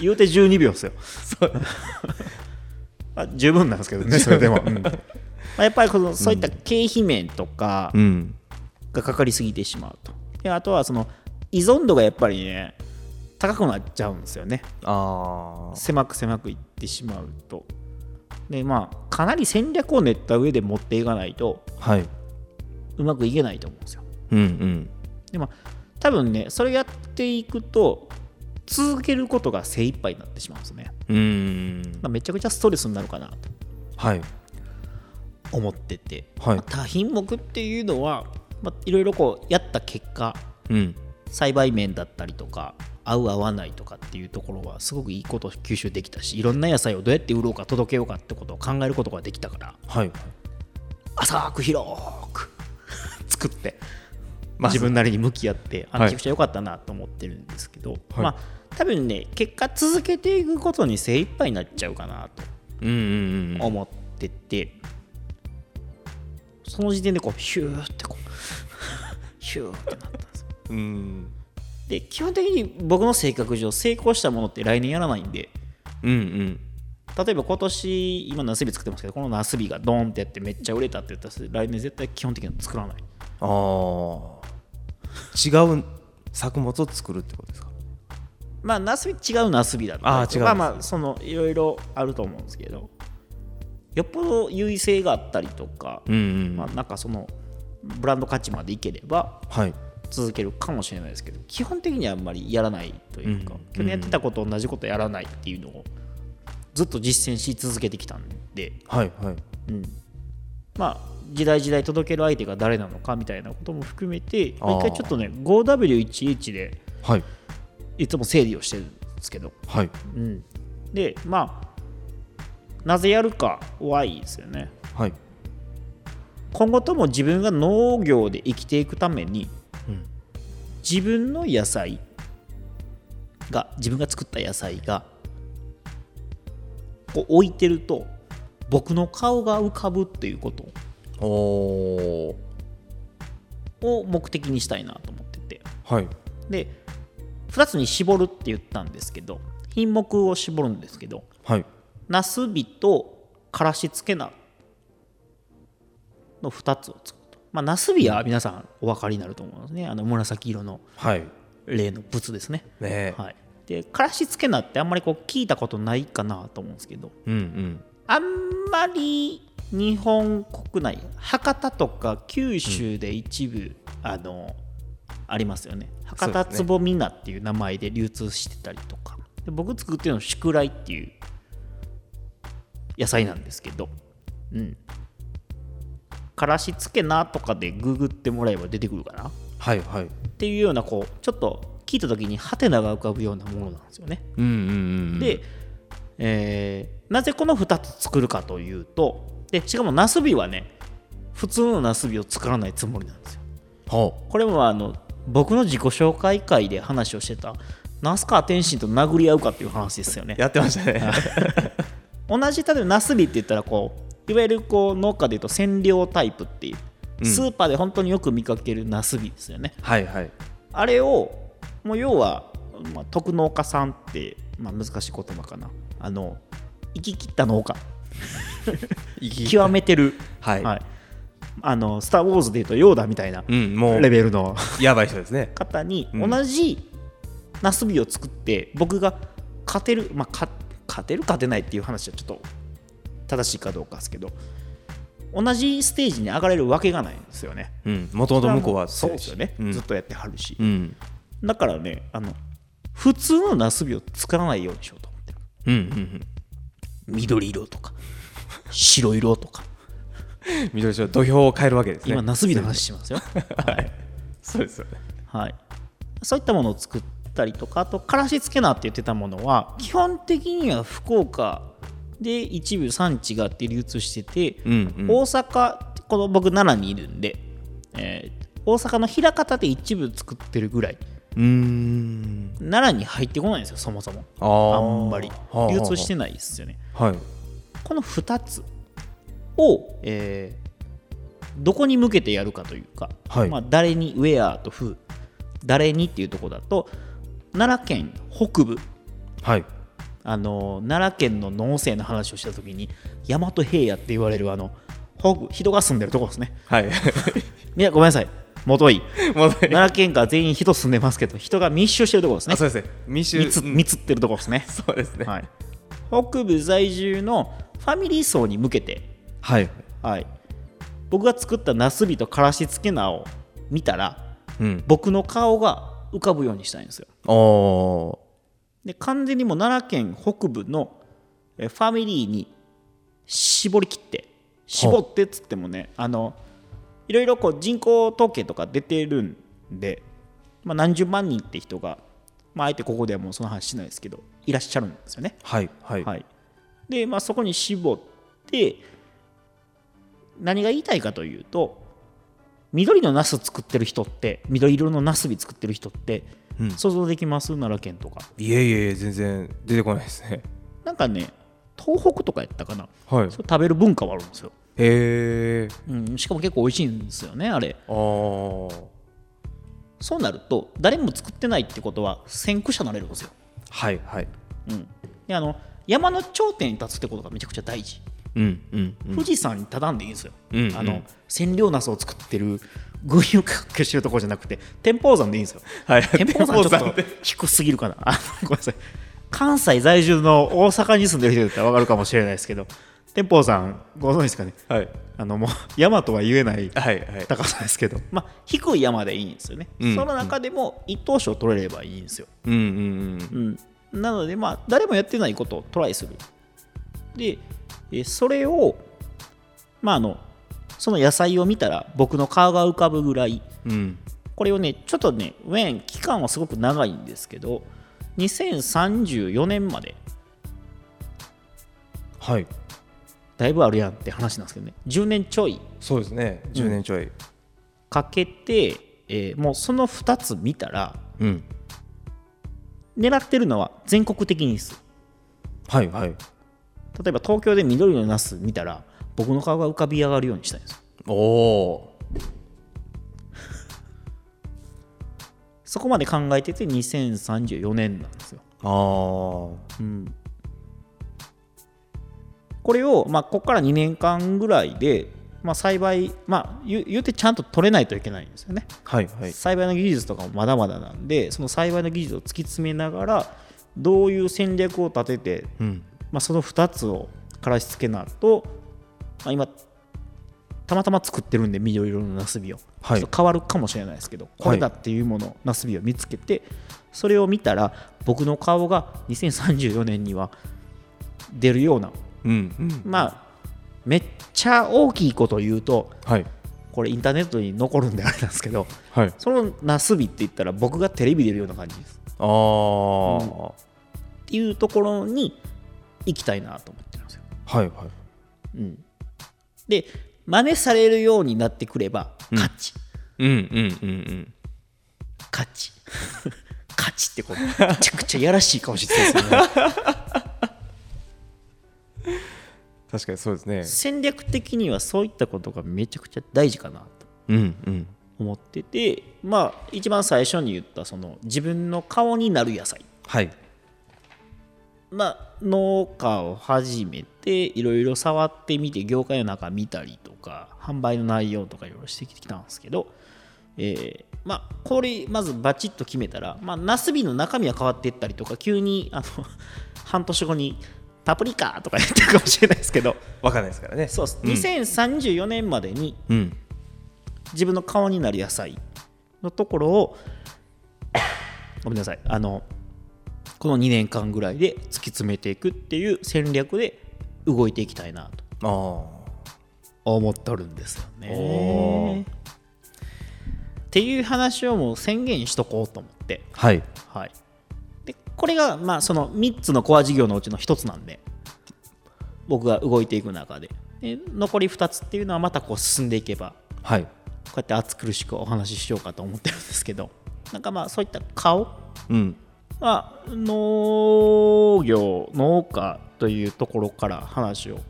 [SPEAKER 2] 言うて12秒ですよ まあ十分なんですけどねそれでも、うんまあ、やっぱりこのそういった経費面とか
[SPEAKER 1] うん
[SPEAKER 2] がかかりすぎてしまうとであとはその依存度がやっぱりね高くなっちゃうんですよね
[SPEAKER 1] ああ
[SPEAKER 2] 狭く狭くいってしまうとでまあかなり戦略を練った上で持っていかないと
[SPEAKER 1] はいう
[SPEAKER 2] まくいけないと思うんですよ
[SPEAKER 1] うんうん
[SPEAKER 2] でも多分ねそれやっていくと続けることが精一杯になってしまうんですね、
[SPEAKER 1] うーん
[SPEAKER 2] まあ、めちゃくちゃストレスになるかなと
[SPEAKER 1] はい
[SPEAKER 2] 思ってて、
[SPEAKER 1] はい
[SPEAKER 2] まあ多品目っていうのはまあ、いろいろこうやった結果
[SPEAKER 1] うん
[SPEAKER 2] 栽培面だったりとか合う合わないとかっていうところはすごくいいことを吸収できたしいろんな野菜をどうやって売ろうか届けようかってことを考えることができたから
[SPEAKER 1] はい
[SPEAKER 2] 浅く広く 作って、
[SPEAKER 1] まず
[SPEAKER 2] 自分なりに向き合ってあ
[SPEAKER 1] は
[SPEAKER 2] め
[SPEAKER 1] い
[SPEAKER 2] ちゃくちゃ良かったなと思ってるんですけど、
[SPEAKER 1] はい
[SPEAKER 2] まあ多分ね結果続けていくことに精一杯になっちゃうかなと
[SPEAKER 1] うんうんうん
[SPEAKER 2] 思ってて、その時点でこうヒューってこう ヒューってなったんですよ
[SPEAKER 1] うん
[SPEAKER 2] で基本的に僕の性格上成功したものって来年やらないんで
[SPEAKER 1] うんうん
[SPEAKER 2] 例えば今年今ナスビ作ってますけどこのナスビがドーンってやってめっちゃ売れたって言ったら来年絶対基本的には作らない
[SPEAKER 1] あー違う作物を作るってことですか
[SPEAKER 2] まあナスビ違うナスビだったり
[SPEAKER 1] あー
[SPEAKER 2] と
[SPEAKER 1] 違
[SPEAKER 2] か
[SPEAKER 1] う
[SPEAKER 2] まあまあそのいろいろあると思うんですけどよっぽど優位性があったりとか、
[SPEAKER 1] うんうん、
[SPEAKER 2] まあなんかそのブランド価値までいければ
[SPEAKER 1] はい
[SPEAKER 2] 続けるかもしれないですけど基本的にはあんまりやらないというか、
[SPEAKER 1] うん
[SPEAKER 2] 去年やってたこと同じことやらないっていうのをずっと実践し続けてきたんで、
[SPEAKER 1] はいはい
[SPEAKER 2] うん、まあ時代時代届ける相手が誰なのかみたいなことも含めて
[SPEAKER 1] あー
[SPEAKER 2] 一回ちょっとね 5W1H で
[SPEAKER 1] はい
[SPEAKER 2] いつも整理をしてるんですけど、
[SPEAKER 1] はい
[SPEAKER 2] うん、でまあなぜやるか Y ですよね
[SPEAKER 1] はい
[SPEAKER 2] 今後とも自分が農業で生きていくために
[SPEAKER 1] うん
[SPEAKER 2] 自分の野菜が自分が作った野菜がこう置いてると僕の顔が浮かぶっていうこと
[SPEAKER 1] おお
[SPEAKER 2] を目的にしたいなと思ってて
[SPEAKER 1] はい
[SPEAKER 2] で2つに絞るって言ったんですけど品目を絞るんですけど
[SPEAKER 1] はい
[SPEAKER 2] ナスビとからしつけ菜の2つを作るとまあナスビは皆さんお分かりになると思うんですねあの紫色の
[SPEAKER 1] はいね
[SPEAKER 2] 例の仏ですね
[SPEAKER 1] え、
[SPEAKER 2] はい、でからしつけ菜ってあんまりこう聞いたことないかなと思うんですけど
[SPEAKER 1] うんうん
[SPEAKER 2] あんまり日本国内博多とか九州で一部、あのありますよね博
[SPEAKER 1] そう
[SPEAKER 2] 多
[SPEAKER 1] ですね
[SPEAKER 2] つぼみ菜っていう名前で流通してたりとかで僕作ってるの宿来っていう野菜なんですけどうんからしつけ菜とかでググってもらえば出てくるかな
[SPEAKER 1] はいはい
[SPEAKER 2] っていうようなこうちょっと聞いた時にハテナが浮かぶようなものなんですよね。
[SPEAKER 1] うんうんうん
[SPEAKER 2] で、えーなぜこの2つ作るかというとでしかもナスビはね普通のナスビを作らないつもりなんですよ。
[SPEAKER 1] は
[SPEAKER 2] これもあの僕の自己紹介会で話をしてたナスカ天心と殴り合うかっていう話ですよね
[SPEAKER 1] あ。やってましたね
[SPEAKER 2] 同じ例えばナスビって言ったらこういわゆるこう農家でいうと占領タイプってい
[SPEAKER 1] う
[SPEAKER 2] う、
[SPEAKER 1] ん
[SPEAKER 2] スーパーで本当によく見かけるナスビですよね。
[SPEAKER 1] はいはい
[SPEAKER 2] あれをもう要は、まあ、特農家さんって、まあ、難しい言葉かなあの生き切った農家極めてる、
[SPEAKER 1] はい
[SPEAKER 2] あの「スター・ウォーズ」でいうとヨーダみたいな
[SPEAKER 1] うんもう
[SPEAKER 2] レベルの
[SPEAKER 1] やばい人ですね
[SPEAKER 2] 方に
[SPEAKER 1] うん
[SPEAKER 2] 同じナスビを作って僕が勝てる、まあ、か勝てる勝てないっていう話はちょっと正しいかどうかですけど同じステージに上がれるわけがないんですよね。
[SPEAKER 1] うんもともと向こうは
[SPEAKER 2] そうですよね、
[SPEAKER 1] うん
[SPEAKER 2] ずっとやってはるし
[SPEAKER 1] う、ん
[SPEAKER 2] だからねあの普通のナスビを作らないようにしようと思ってる
[SPEAKER 1] うん うん
[SPEAKER 2] 緑色とか白色とか
[SPEAKER 1] うん緑色は土俵を変えるわけですね
[SPEAKER 2] 今ナスビの話してますよはい、
[SPEAKER 1] そうですよね
[SPEAKER 2] はい、そういったものを作ったりとかあとからしつけなって言ってたものは基本的には福岡で一部産地があって流通してて、
[SPEAKER 1] うんうん
[SPEAKER 2] 大阪この僕奈良にいるんで、えー大阪の枚方で一部作ってるぐらいう
[SPEAKER 1] ーん
[SPEAKER 2] 奈良に入ってこないんですよそもそも
[SPEAKER 1] あー
[SPEAKER 2] あんまり
[SPEAKER 1] はあはあ
[SPEAKER 2] 流通してないですよね
[SPEAKER 1] はい
[SPEAKER 2] この2つを、えーどこに向けてやるかというか、
[SPEAKER 1] はい
[SPEAKER 2] まあ、誰にウェアとフー誰にっていうところだと奈良県北部
[SPEAKER 1] はい
[SPEAKER 2] あの奈良県の農政の話をした時に大和平野って言われるあの北部人が住んでるところですね
[SPEAKER 1] はい
[SPEAKER 2] いやごめんなさい元い
[SPEAKER 1] 戻り
[SPEAKER 2] 奈良県下全員人住んでますけど人が密集してるところですね
[SPEAKER 1] あそうですね密集
[SPEAKER 2] 密
[SPEAKER 1] うん
[SPEAKER 2] 密ってるところですね、
[SPEAKER 1] そうですね
[SPEAKER 2] はい、北部在住のファミリー層に向けて
[SPEAKER 1] はい
[SPEAKER 2] はい、僕が作ったナスビとからしつけ菜を見たら
[SPEAKER 1] うん
[SPEAKER 2] 僕の顔が浮かぶようにしたいんですよ
[SPEAKER 1] おお
[SPEAKER 2] で完全にもう奈良県北部のえファミリーに絞り切って絞ってっつってもねあのいろいろこう人口統計とか出てるんで、まあ、何十万人って人が、まあ、あえてここではもうその話しないですけどいらっしゃるんですよね。
[SPEAKER 1] はいはい
[SPEAKER 2] はい、で、まあ、そこに絞って何が言いたいかというと緑のナス作ってる人って緑色のナスビ作ってる人って
[SPEAKER 1] うん
[SPEAKER 2] 想像できます、奈良県とか
[SPEAKER 1] いえいえいえ全然出てこないですね
[SPEAKER 2] なんかね東北とかやったかな
[SPEAKER 1] はい
[SPEAKER 2] それ食べる文化はあるんですよ、
[SPEAKER 1] へえ
[SPEAKER 2] うん、しかも結構美味しいんですよねあれ
[SPEAKER 1] あー
[SPEAKER 2] そうなると誰も作ってないってことは先駆者になれるんですよ、
[SPEAKER 1] はいはい
[SPEAKER 2] うん、であの山の頂点に立つってことがめちゃくちゃ大事
[SPEAKER 1] うんうんうん
[SPEAKER 2] 富士山に畳んでいいんですよ、
[SPEAKER 1] うんうん
[SPEAKER 2] あの占領ナスを作ってる群雄割拠してるところじゃなくて天保山でいいんですよ
[SPEAKER 1] はい
[SPEAKER 2] 天保山はちょっ
[SPEAKER 1] 天保山
[SPEAKER 2] と低すぎるかなあごめんなさい関西在住の大阪に住んでる人だったら分かるかもしれないですけど天保山ご存知ですかね
[SPEAKER 1] はい
[SPEAKER 2] あのもう山とは言えない
[SPEAKER 1] はいはい
[SPEAKER 2] 高さですけど、まあ、低い山でいいんですよね、
[SPEAKER 1] うん
[SPEAKER 2] その中でも一等賞取れればいいんですよ、
[SPEAKER 1] うんうんうん
[SPEAKER 2] うん、なのでまあ誰もやってないことをトライするでえーそれをまああのその野菜を見たら僕の顔が浮かぶぐらい
[SPEAKER 1] うん
[SPEAKER 2] これをねちょっとねウェーン期間はすごく長いんですけど2034年まで
[SPEAKER 1] はい
[SPEAKER 2] だいぶあるやんって話なんですけどね10年ちょい
[SPEAKER 1] そうですね10年ちょい
[SPEAKER 2] かけて、えーもうその2つ見たら
[SPEAKER 1] うん
[SPEAKER 2] 狙ってるのは全国的にです
[SPEAKER 1] はいはい
[SPEAKER 2] 例えば東京で緑のナス見たら僕の顔が浮かび上がるようにしたいんですよ
[SPEAKER 1] おお
[SPEAKER 2] そこまで考えてて2034年なんですよ。
[SPEAKER 1] あー
[SPEAKER 2] これを、まあ、ここから2年間ぐらいで、まあ、栽培、まあ、言う言うてちゃんと取れないといけないんですよね。
[SPEAKER 1] はいはい
[SPEAKER 2] 栽培の技術とかもまだまだなんで、その栽培の技術を突き詰めながら、どういう戦略を立てて、
[SPEAKER 1] うん
[SPEAKER 2] まあ、その2つをからしつけなと、まあ、今、たまたま作ってるんで、緑色のナスビを、
[SPEAKER 1] はい
[SPEAKER 2] ちょっと変わるかもしれないですけど、これだっていうもの、ナスビを見つけて、それを見たら、僕の顔が2034年には出るような、
[SPEAKER 1] うんうん
[SPEAKER 2] まあ、めっちゃ大きいことを言うと、
[SPEAKER 1] はい
[SPEAKER 2] これ、インターネットに残るんであれなんですけど、
[SPEAKER 1] はい
[SPEAKER 2] そのナスビって言ったら、僕がテレビ出るような感じです。
[SPEAKER 1] あー
[SPEAKER 2] っていうところに行きたいなと思ってるんですよ。
[SPEAKER 1] はいはい
[SPEAKER 2] で真似されるようになってくれば勝ち、
[SPEAKER 1] うんうんうんうん
[SPEAKER 2] 勝ち 勝ちってこうめちゃくちゃやらしい顔してたんですよね
[SPEAKER 1] 確かにそうですね
[SPEAKER 2] 戦略的にはそういったことがめちゃくちゃ大事かなと
[SPEAKER 1] うんうん
[SPEAKER 2] 思っててまあ一番最初に言ったその自分の顔になる野菜
[SPEAKER 1] はい
[SPEAKER 2] まあ農家を始めていろいろ触ってみて業界の中見たりとか販売の内容とかいろいろしてきたんですけど、えーまあこれまずバチッと決めたらまあナスビの中身は変わっていったりとか急にあの 半年後にパプリカとか言ってるかもしれないですけど
[SPEAKER 1] わかんないですからね
[SPEAKER 2] そうっす
[SPEAKER 1] ん
[SPEAKER 2] 2034年までに
[SPEAKER 1] うん
[SPEAKER 2] 自分の顔になる野菜のところを ごめんなさいあのこの2年間ぐらいで突き詰めていくっていう戦略で動いていきたいなと
[SPEAKER 1] ああ
[SPEAKER 2] 思っとるんですよ
[SPEAKER 1] おー
[SPEAKER 2] ね。っていう話をもう宣言しとこうと思って、
[SPEAKER 1] はい
[SPEAKER 2] はい、でこれがまあその3つのコア事業のうちの1つなんで僕が動いていく中でで残り2つっていうのはまたこう進んでいけば
[SPEAKER 1] はい
[SPEAKER 2] こうやって暑苦しくお話ししようかと思ってるんですけどなんかまあそういった顔
[SPEAKER 1] うん
[SPEAKER 2] は農業農家というところから話を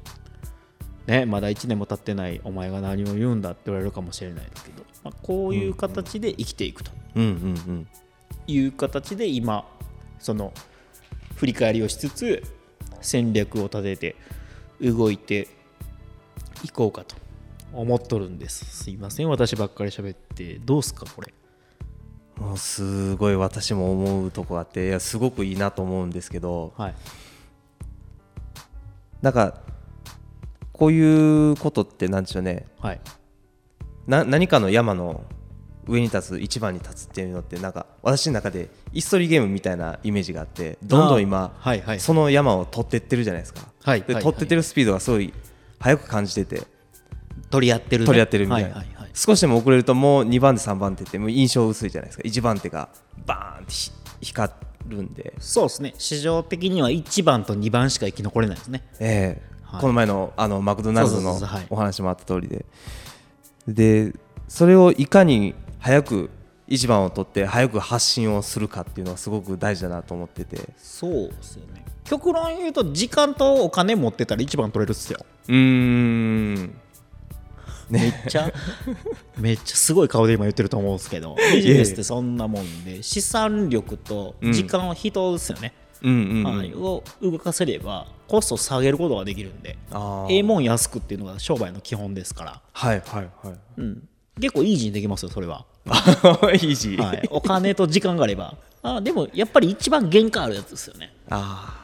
[SPEAKER 2] ねまだ1年も経ってないお前が何を言うんだって言われるかもしれないですけど、まあ、こういう形で生きていくと
[SPEAKER 1] うんうんうん
[SPEAKER 2] いう形で今その振り返りをしつつ戦略を立てて動いていこうかと思っとるんですすいません私ばっかり喋ってどうすかこれ
[SPEAKER 1] もうすごい私も思うとこあっていやすごくいいなと思うんですけど
[SPEAKER 2] はい
[SPEAKER 1] なんかこういうことってなんでしょうね
[SPEAKER 2] はい
[SPEAKER 1] な何かの山の上に立つ一番に立つっていうのってなんか私の中でイストリーゲームみたいなイメージがあってどんどん今、
[SPEAKER 2] あーはいはい
[SPEAKER 1] その山を取ってってるじゃないですか、
[SPEAKER 2] はい
[SPEAKER 1] で
[SPEAKER 2] はい
[SPEAKER 1] 取ってってるスピードがすごい速く感じてて
[SPEAKER 2] 取り合ってるね、
[SPEAKER 1] 取り合ってるみたいな
[SPEAKER 2] はいはいはい
[SPEAKER 1] 少しでも遅れるともう2番手3番手ってもう印象薄いじゃないですか1番手がバーンってひ光るんで、
[SPEAKER 2] そうですね市場的には1番と2番しか生き残れないですね
[SPEAKER 1] ええ
[SPEAKER 2] はい
[SPEAKER 1] この前のあのマクドナルド
[SPEAKER 2] そ
[SPEAKER 1] の
[SPEAKER 2] うそうそうはい
[SPEAKER 1] お話もあった通りででそれをいかに早く1番を取って早く発信をするかっていうのはすごく大事だなと思ってて
[SPEAKER 2] そうですよね極論言うと時間とお金持ってたら1番取れるっすよ
[SPEAKER 1] うーん
[SPEAKER 2] めっち ゃめっちゃすごい顔で今言ってると思うんですけどビジネスってそんなもんで資産力と時間は人ですよね、
[SPEAKER 1] うんうん、うん
[SPEAKER 2] はい、を動かせればコストを下げることができるんで
[SPEAKER 1] あー
[SPEAKER 2] ええもん安くっていうのが商売の基本ですから、
[SPEAKER 1] はいはい はい
[SPEAKER 2] うん、結構イージーにできますよそれは、
[SPEAKER 1] あイージー、
[SPEAKER 2] はい、お金と時間があればあでもやっぱり一番限界あるやつですよね
[SPEAKER 1] あ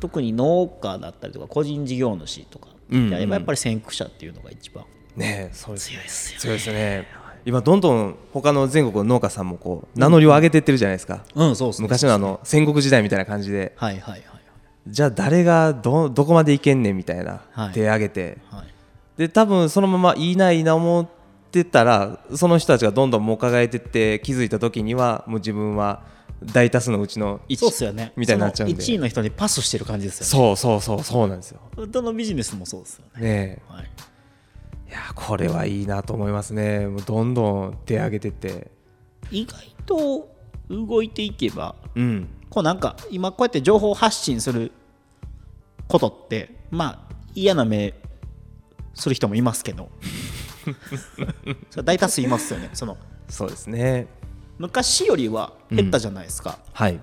[SPEAKER 2] 特に農家だったりとか個人事業主とか
[SPEAKER 1] うんうん
[SPEAKER 2] やればやっぱり先駆者っていうのが一番
[SPEAKER 1] ーねえそうです
[SPEAKER 2] 強いですよ、
[SPEAKER 1] そうですね今どんどん他の全国の農家さんもこう名乗りを上げてってるじゃないですか、
[SPEAKER 2] うんそうですね
[SPEAKER 1] 昔のあの戦国時代みたいな感じで
[SPEAKER 2] はいはいはい
[SPEAKER 1] じゃあ誰がどどこまでいけんねんみたいな、
[SPEAKER 2] はい
[SPEAKER 1] 手挙げて
[SPEAKER 2] はい
[SPEAKER 1] で多分そのままいいないいな思ってたらその人たちがどんどんもう輝いてって気づいた時にはもう自分は大多数のうちの1
[SPEAKER 2] そうっすよね
[SPEAKER 1] みたいになっちゃうんで
[SPEAKER 2] 1位の人にパスしてる感じですよね
[SPEAKER 1] そうそうそうそうなんですよ
[SPEAKER 2] どのビジネスもそうですよね、
[SPEAKER 1] ね
[SPEAKER 2] はい、
[SPEAKER 1] えいやこれはいいなと思いますねもうどんどん手挙げてって
[SPEAKER 2] 意外と動いていけば
[SPEAKER 1] うん
[SPEAKER 2] こうなんか今こうやって情報発信することってまあ嫌な目する人もいますけ どそれ大多数いますよねその
[SPEAKER 1] そうですね
[SPEAKER 2] 昔よりは減ったじゃないですか、
[SPEAKER 1] はい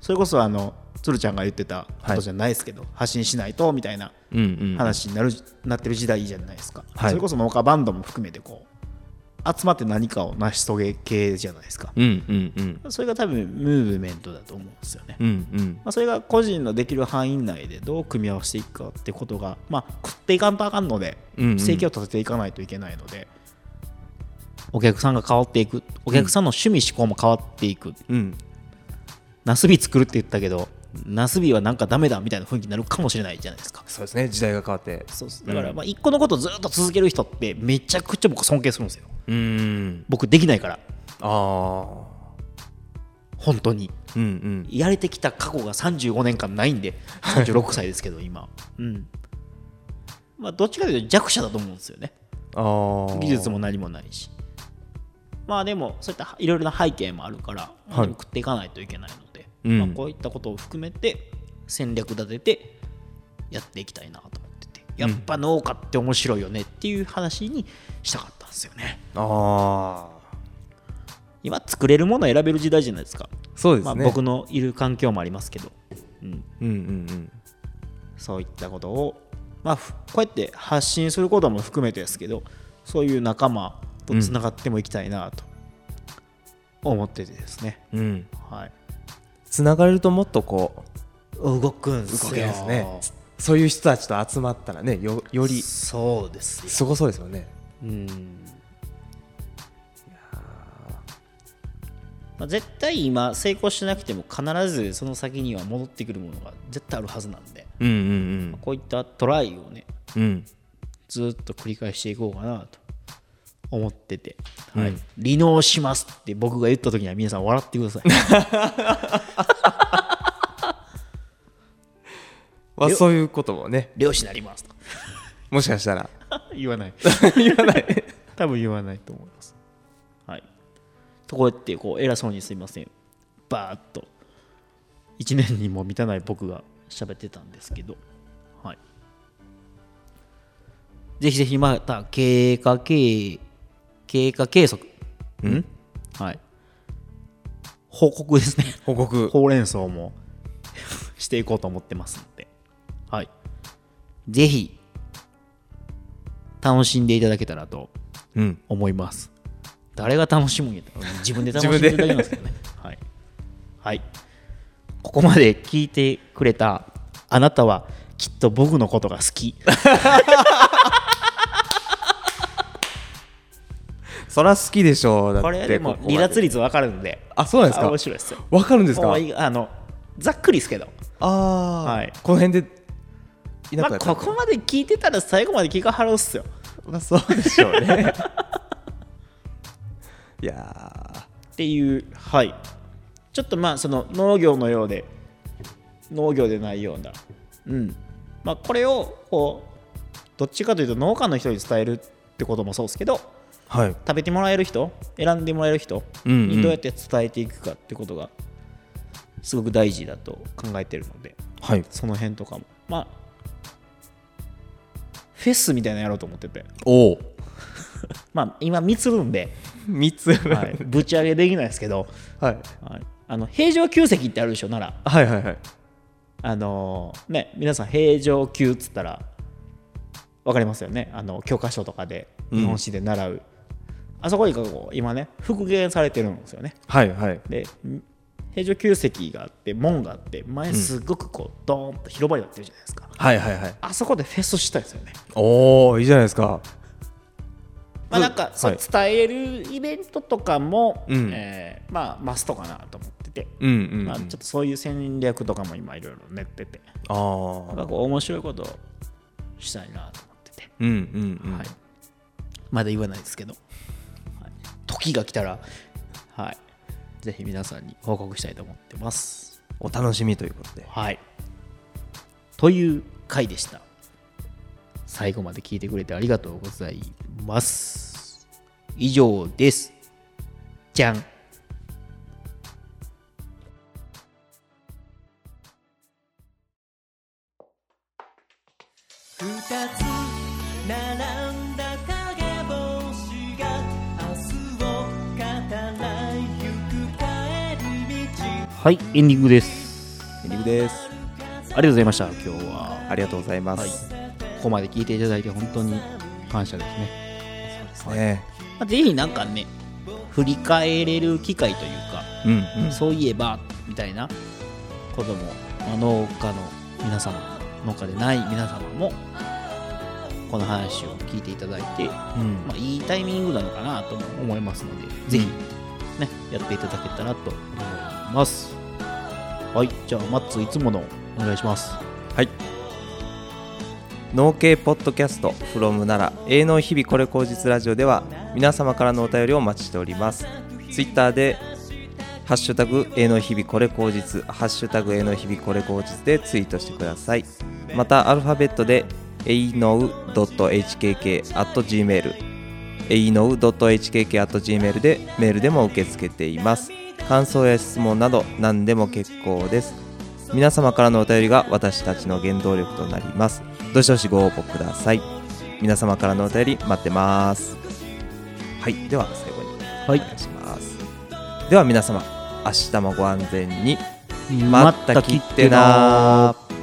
[SPEAKER 2] それこそあの鶴ちゃんが言ってたことじゃないですけど、発信しないとみたいな
[SPEAKER 1] うんうん
[SPEAKER 2] 話になる、なってる時代じゃないですか、
[SPEAKER 1] はい
[SPEAKER 2] それこそ農家バンドも含めてこう集まって何かを成し遂げ系じゃないですか
[SPEAKER 1] うんうんうん
[SPEAKER 2] それが多分ムーブメントだと思うんですよね
[SPEAKER 1] うんうん
[SPEAKER 2] まあ、それが個人のできる範囲内でどう組み合わせていくかってことが、まあ、食っていかんとあかんので、
[SPEAKER 1] うんうん
[SPEAKER 2] 生計を立てていかないといけないのでお客さんが変わっていくお客さんの趣味思考も変わっていく、
[SPEAKER 1] うん
[SPEAKER 2] ナスビ作るって言ったけどナスビはなんかダメだみたいな雰囲気になるかもしれないじゃないですか
[SPEAKER 1] そうですね時代が変わって
[SPEAKER 2] そうですだからまあ一個のことをずっと続ける人ってめちゃくちゃ僕尊敬するんですよ
[SPEAKER 1] うん
[SPEAKER 2] 僕できないから
[SPEAKER 1] あ
[SPEAKER 2] 本当に
[SPEAKER 1] あうんうん
[SPEAKER 2] やれてきた過去が35年間ないんで36歳ですけど今うんまあどっちかというと弱者だと思うんですよね
[SPEAKER 1] ああ
[SPEAKER 2] 技術も何もないしまあでもそういったいろいろな背景もあるから、まあ
[SPEAKER 1] はい
[SPEAKER 2] でも食っていかないといけないので、
[SPEAKER 1] うん
[SPEAKER 2] まあ、こういったことを含めて戦略立ててやっていきたいなと思っててやっぱ農家って面白いよねっていう話にしたかったんですよね
[SPEAKER 1] ああ
[SPEAKER 2] 今作れるものを選べる時代じゃないですか
[SPEAKER 1] そうですね、
[SPEAKER 2] まあ、僕のいる環境もありますけど、うん、
[SPEAKER 1] うんうん
[SPEAKER 2] そういったことを、まあ、ふこうやって発信することも含めてですけどそういう仲間とつながってもいきたいなと思っててですね、
[SPEAKER 1] うんうん
[SPEAKER 2] はい、
[SPEAKER 1] つながれるともっとこ
[SPEAKER 2] 動くん
[SPEAKER 1] う
[SPEAKER 2] すよ
[SPEAKER 1] 動けますねそういう人たちと集まったらねよより
[SPEAKER 2] そうですよ
[SPEAKER 1] すごそうですよね
[SPEAKER 2] うんまあ、絶対今成功しなくても必ずその先には戻ってくるものが絶対あるはずなんで
[SPEAKER 1] うんうん
[SPEAKER 2] こういったトライをね
[SPEAKER 1] うんうん
[SPEAKER 2] ずっと繰り返していこうかなと思ってて、
[SPEAKER 1] うん
[SPEAKER 2] はい、離農しますって僕が言った時には皆さん笑って ください
[SPEAKER 1] まあ、そういうこともね
[SPEAKER 2] 漁師になりますと
[SPEAKER 1] もしかしたら
[SPEAKER 2] 言わない
[SPEAKER 1] 言わない
[SPEAKER 2] 多分言わないと思いますはいとこうやってこう偉そうにすいませんバーッと1年にも満たない僕が喋ってたんですけどはいぜひぜひまた経過経経過計測
[SPEAKER 1] うん
[SPEAKER 2] はい報告ですね
[SPEAKER 1] 報告
[SPEAKER 2] ほうれん草も していこうと思ってますので、はい、ぜひ楽しんでいただけたらと
[SPEAKER 1] うん
[SPEAKER 2] 思います誰が楽しむんやったら自分 で楽しんでいただけますけどねはい、はい、ここまで聞いてくれたあなたはきっと僕のことが好き
[SPEAKER 1] そら好きでしょうだって
[SPEAKER 2] これでも
[SPEAKER 1] ここま
[SPEAKER 2] 離脱率分かるんで
[SPEAKER 1] あそうなんです
[SPEAKER 2] あ
[SPEAKER 1] か
[SPEAKER 2] 面白いですよ
[SPEAKER 1] わかるんですか
[SPEAKER 2] もういあのざっくりですけど
[SPEAKER 1] ああ、
[SPEAKER 2] はい
[SPEAKER 1] この辺でいな
[SPEAKER 2] ま
[SPEAKER 1] くな
[SPEAKER 2] あ、
[SPEAKER 1] った
[SPEAKER 2] ここまで聞いてたら最後まで聞かはるっすよ
[SPEAKER 1] まあそうでしょう ねいやー
[SPEAKER 2] っていうはいちょっとまあその農業のようで農業でないようなうんまあこれをこうどっちかというと農家の人に伝えるってこともそうですけど
[SPEAKER 1] はい
[SPEAKER 2] 食べてもらえる人選んでもらえる人
[SPEAKER 1] うんうん
[SPEAKER 2] にどうやって伝えていくかってことがすごく大事だと考えてるので
[SPEAKER 1] はい
[SPEAKER 2] その辺とかもまあフェスみたいなのやろうと思ってて
[SPEAKER 1] おお
[SPEAKER 2] まあ今3つるんで、
[SPEAKER 1] 3つ
[SPEAKER 2] はい、ぶち上げできないですけど
[SPEAKER 1] はい
[SPEAKER 2] はいあの平常級席ってあるでしょなら
[SPEAKER 1] はいはいはい
[SPEAKER 2] あのーね皆さん平常級っつったらわかりますよねあの教科書とかで
[SPEAKER 1] うん
[SPEAKER 2] 日本史で習う、あそこにこう今ね復元されてるんですよね
[SPEAKER 1] はいはい
[SPEAKER 2] でん平常級席があって門があって前すごくこうドーンと広場になってるじゃないですか、
[SPEAKER 1] はいはいはい
[SPEAKER 2] あそこでフェスしたいですよね
[SPEAKER 1] おおいいじゃないですか
[SPEAKER 2] まあなんか、そう
[SPEAKER 1] はい
[SPEAKER 2] 伝えるイベントとかも、
[SPEAKER 1] うん
[SPEAKER 2] えーまあマストかなと思ってて、
[SPEAKER 1] うんうん、うん
[SPEAKER 2] まあ、ちょっとそういう戦略とかも今いろいろ練ってて
[SPEAKER 1] あ
[SPEAKER 2] なん
[SPEAKER 1] あ
[SPEAKER 2] かこう面白いことをしたいなと思ってて、
[SPEAKER 1] うんうんうん、
[SPEAKER 2] はい、まだ言わないですけど、はい時が来たら、はい、ぜひ皆さんに報告したいと思ってます。
[SPEAKER 1] お楽しみということで
[SPEAKER 2] はい、という回でした。最後まで聞いてくれてありがとうございます。以上です。じゃん。
[SPEAKER 3] 二つ並んだ影帽子が明日を語らいゆく帰り道
[SPEAKER 2] はい、エンディングです。
[SPEAKER 1] エンディングです
[SPEAKER 2] ありがとうございました。今日は。
[SPEAKER 1] ありがとうございます、
[SPEAKER 2] ここまで聞いていただいて本当に感謝ですね。
[SPEAKER 1] ね
[SPEAKER 2] まあぜひなんかね、振り返れる機会というか、
[SPEAKER 1] うんうん
[SPEAKER 2] そういえばみたいなことも、まあ、農家の皆様、農家でない皆様も、この話を聞いていただいて、
[SPEAKER 1] うん
[SPEAKER 2] まあ、いいタイミングなのかなとも思いますので、ぜひね、やっていただけたらと思います。はい、じゃあ、マッツ、いつものお願いします。
[SPEAKER 1] はい農系ポッドキャスト from 奈良営農日々これ口実ラジオでは皆様からのお便りをお待ちしておりますツイッターでハッシュタグ営農日々これ口実ハッシュタグ営農日々これ口実でツイートしてくださいまたアルファベットで営農 .hkk.gmail 営農 .hkk.gmail でメールでも受け付けています感想や質問など何でも結構です皆様からのお便りが私たちの原動力となりますどしどしご応募ください皆様からのお便り待ってますはいでは最後に
[SPEAKER 2] はい
[SPEAKER 1] お願いします、では皆様明日もご安全に
[SPEAKER 2] また切ってなー。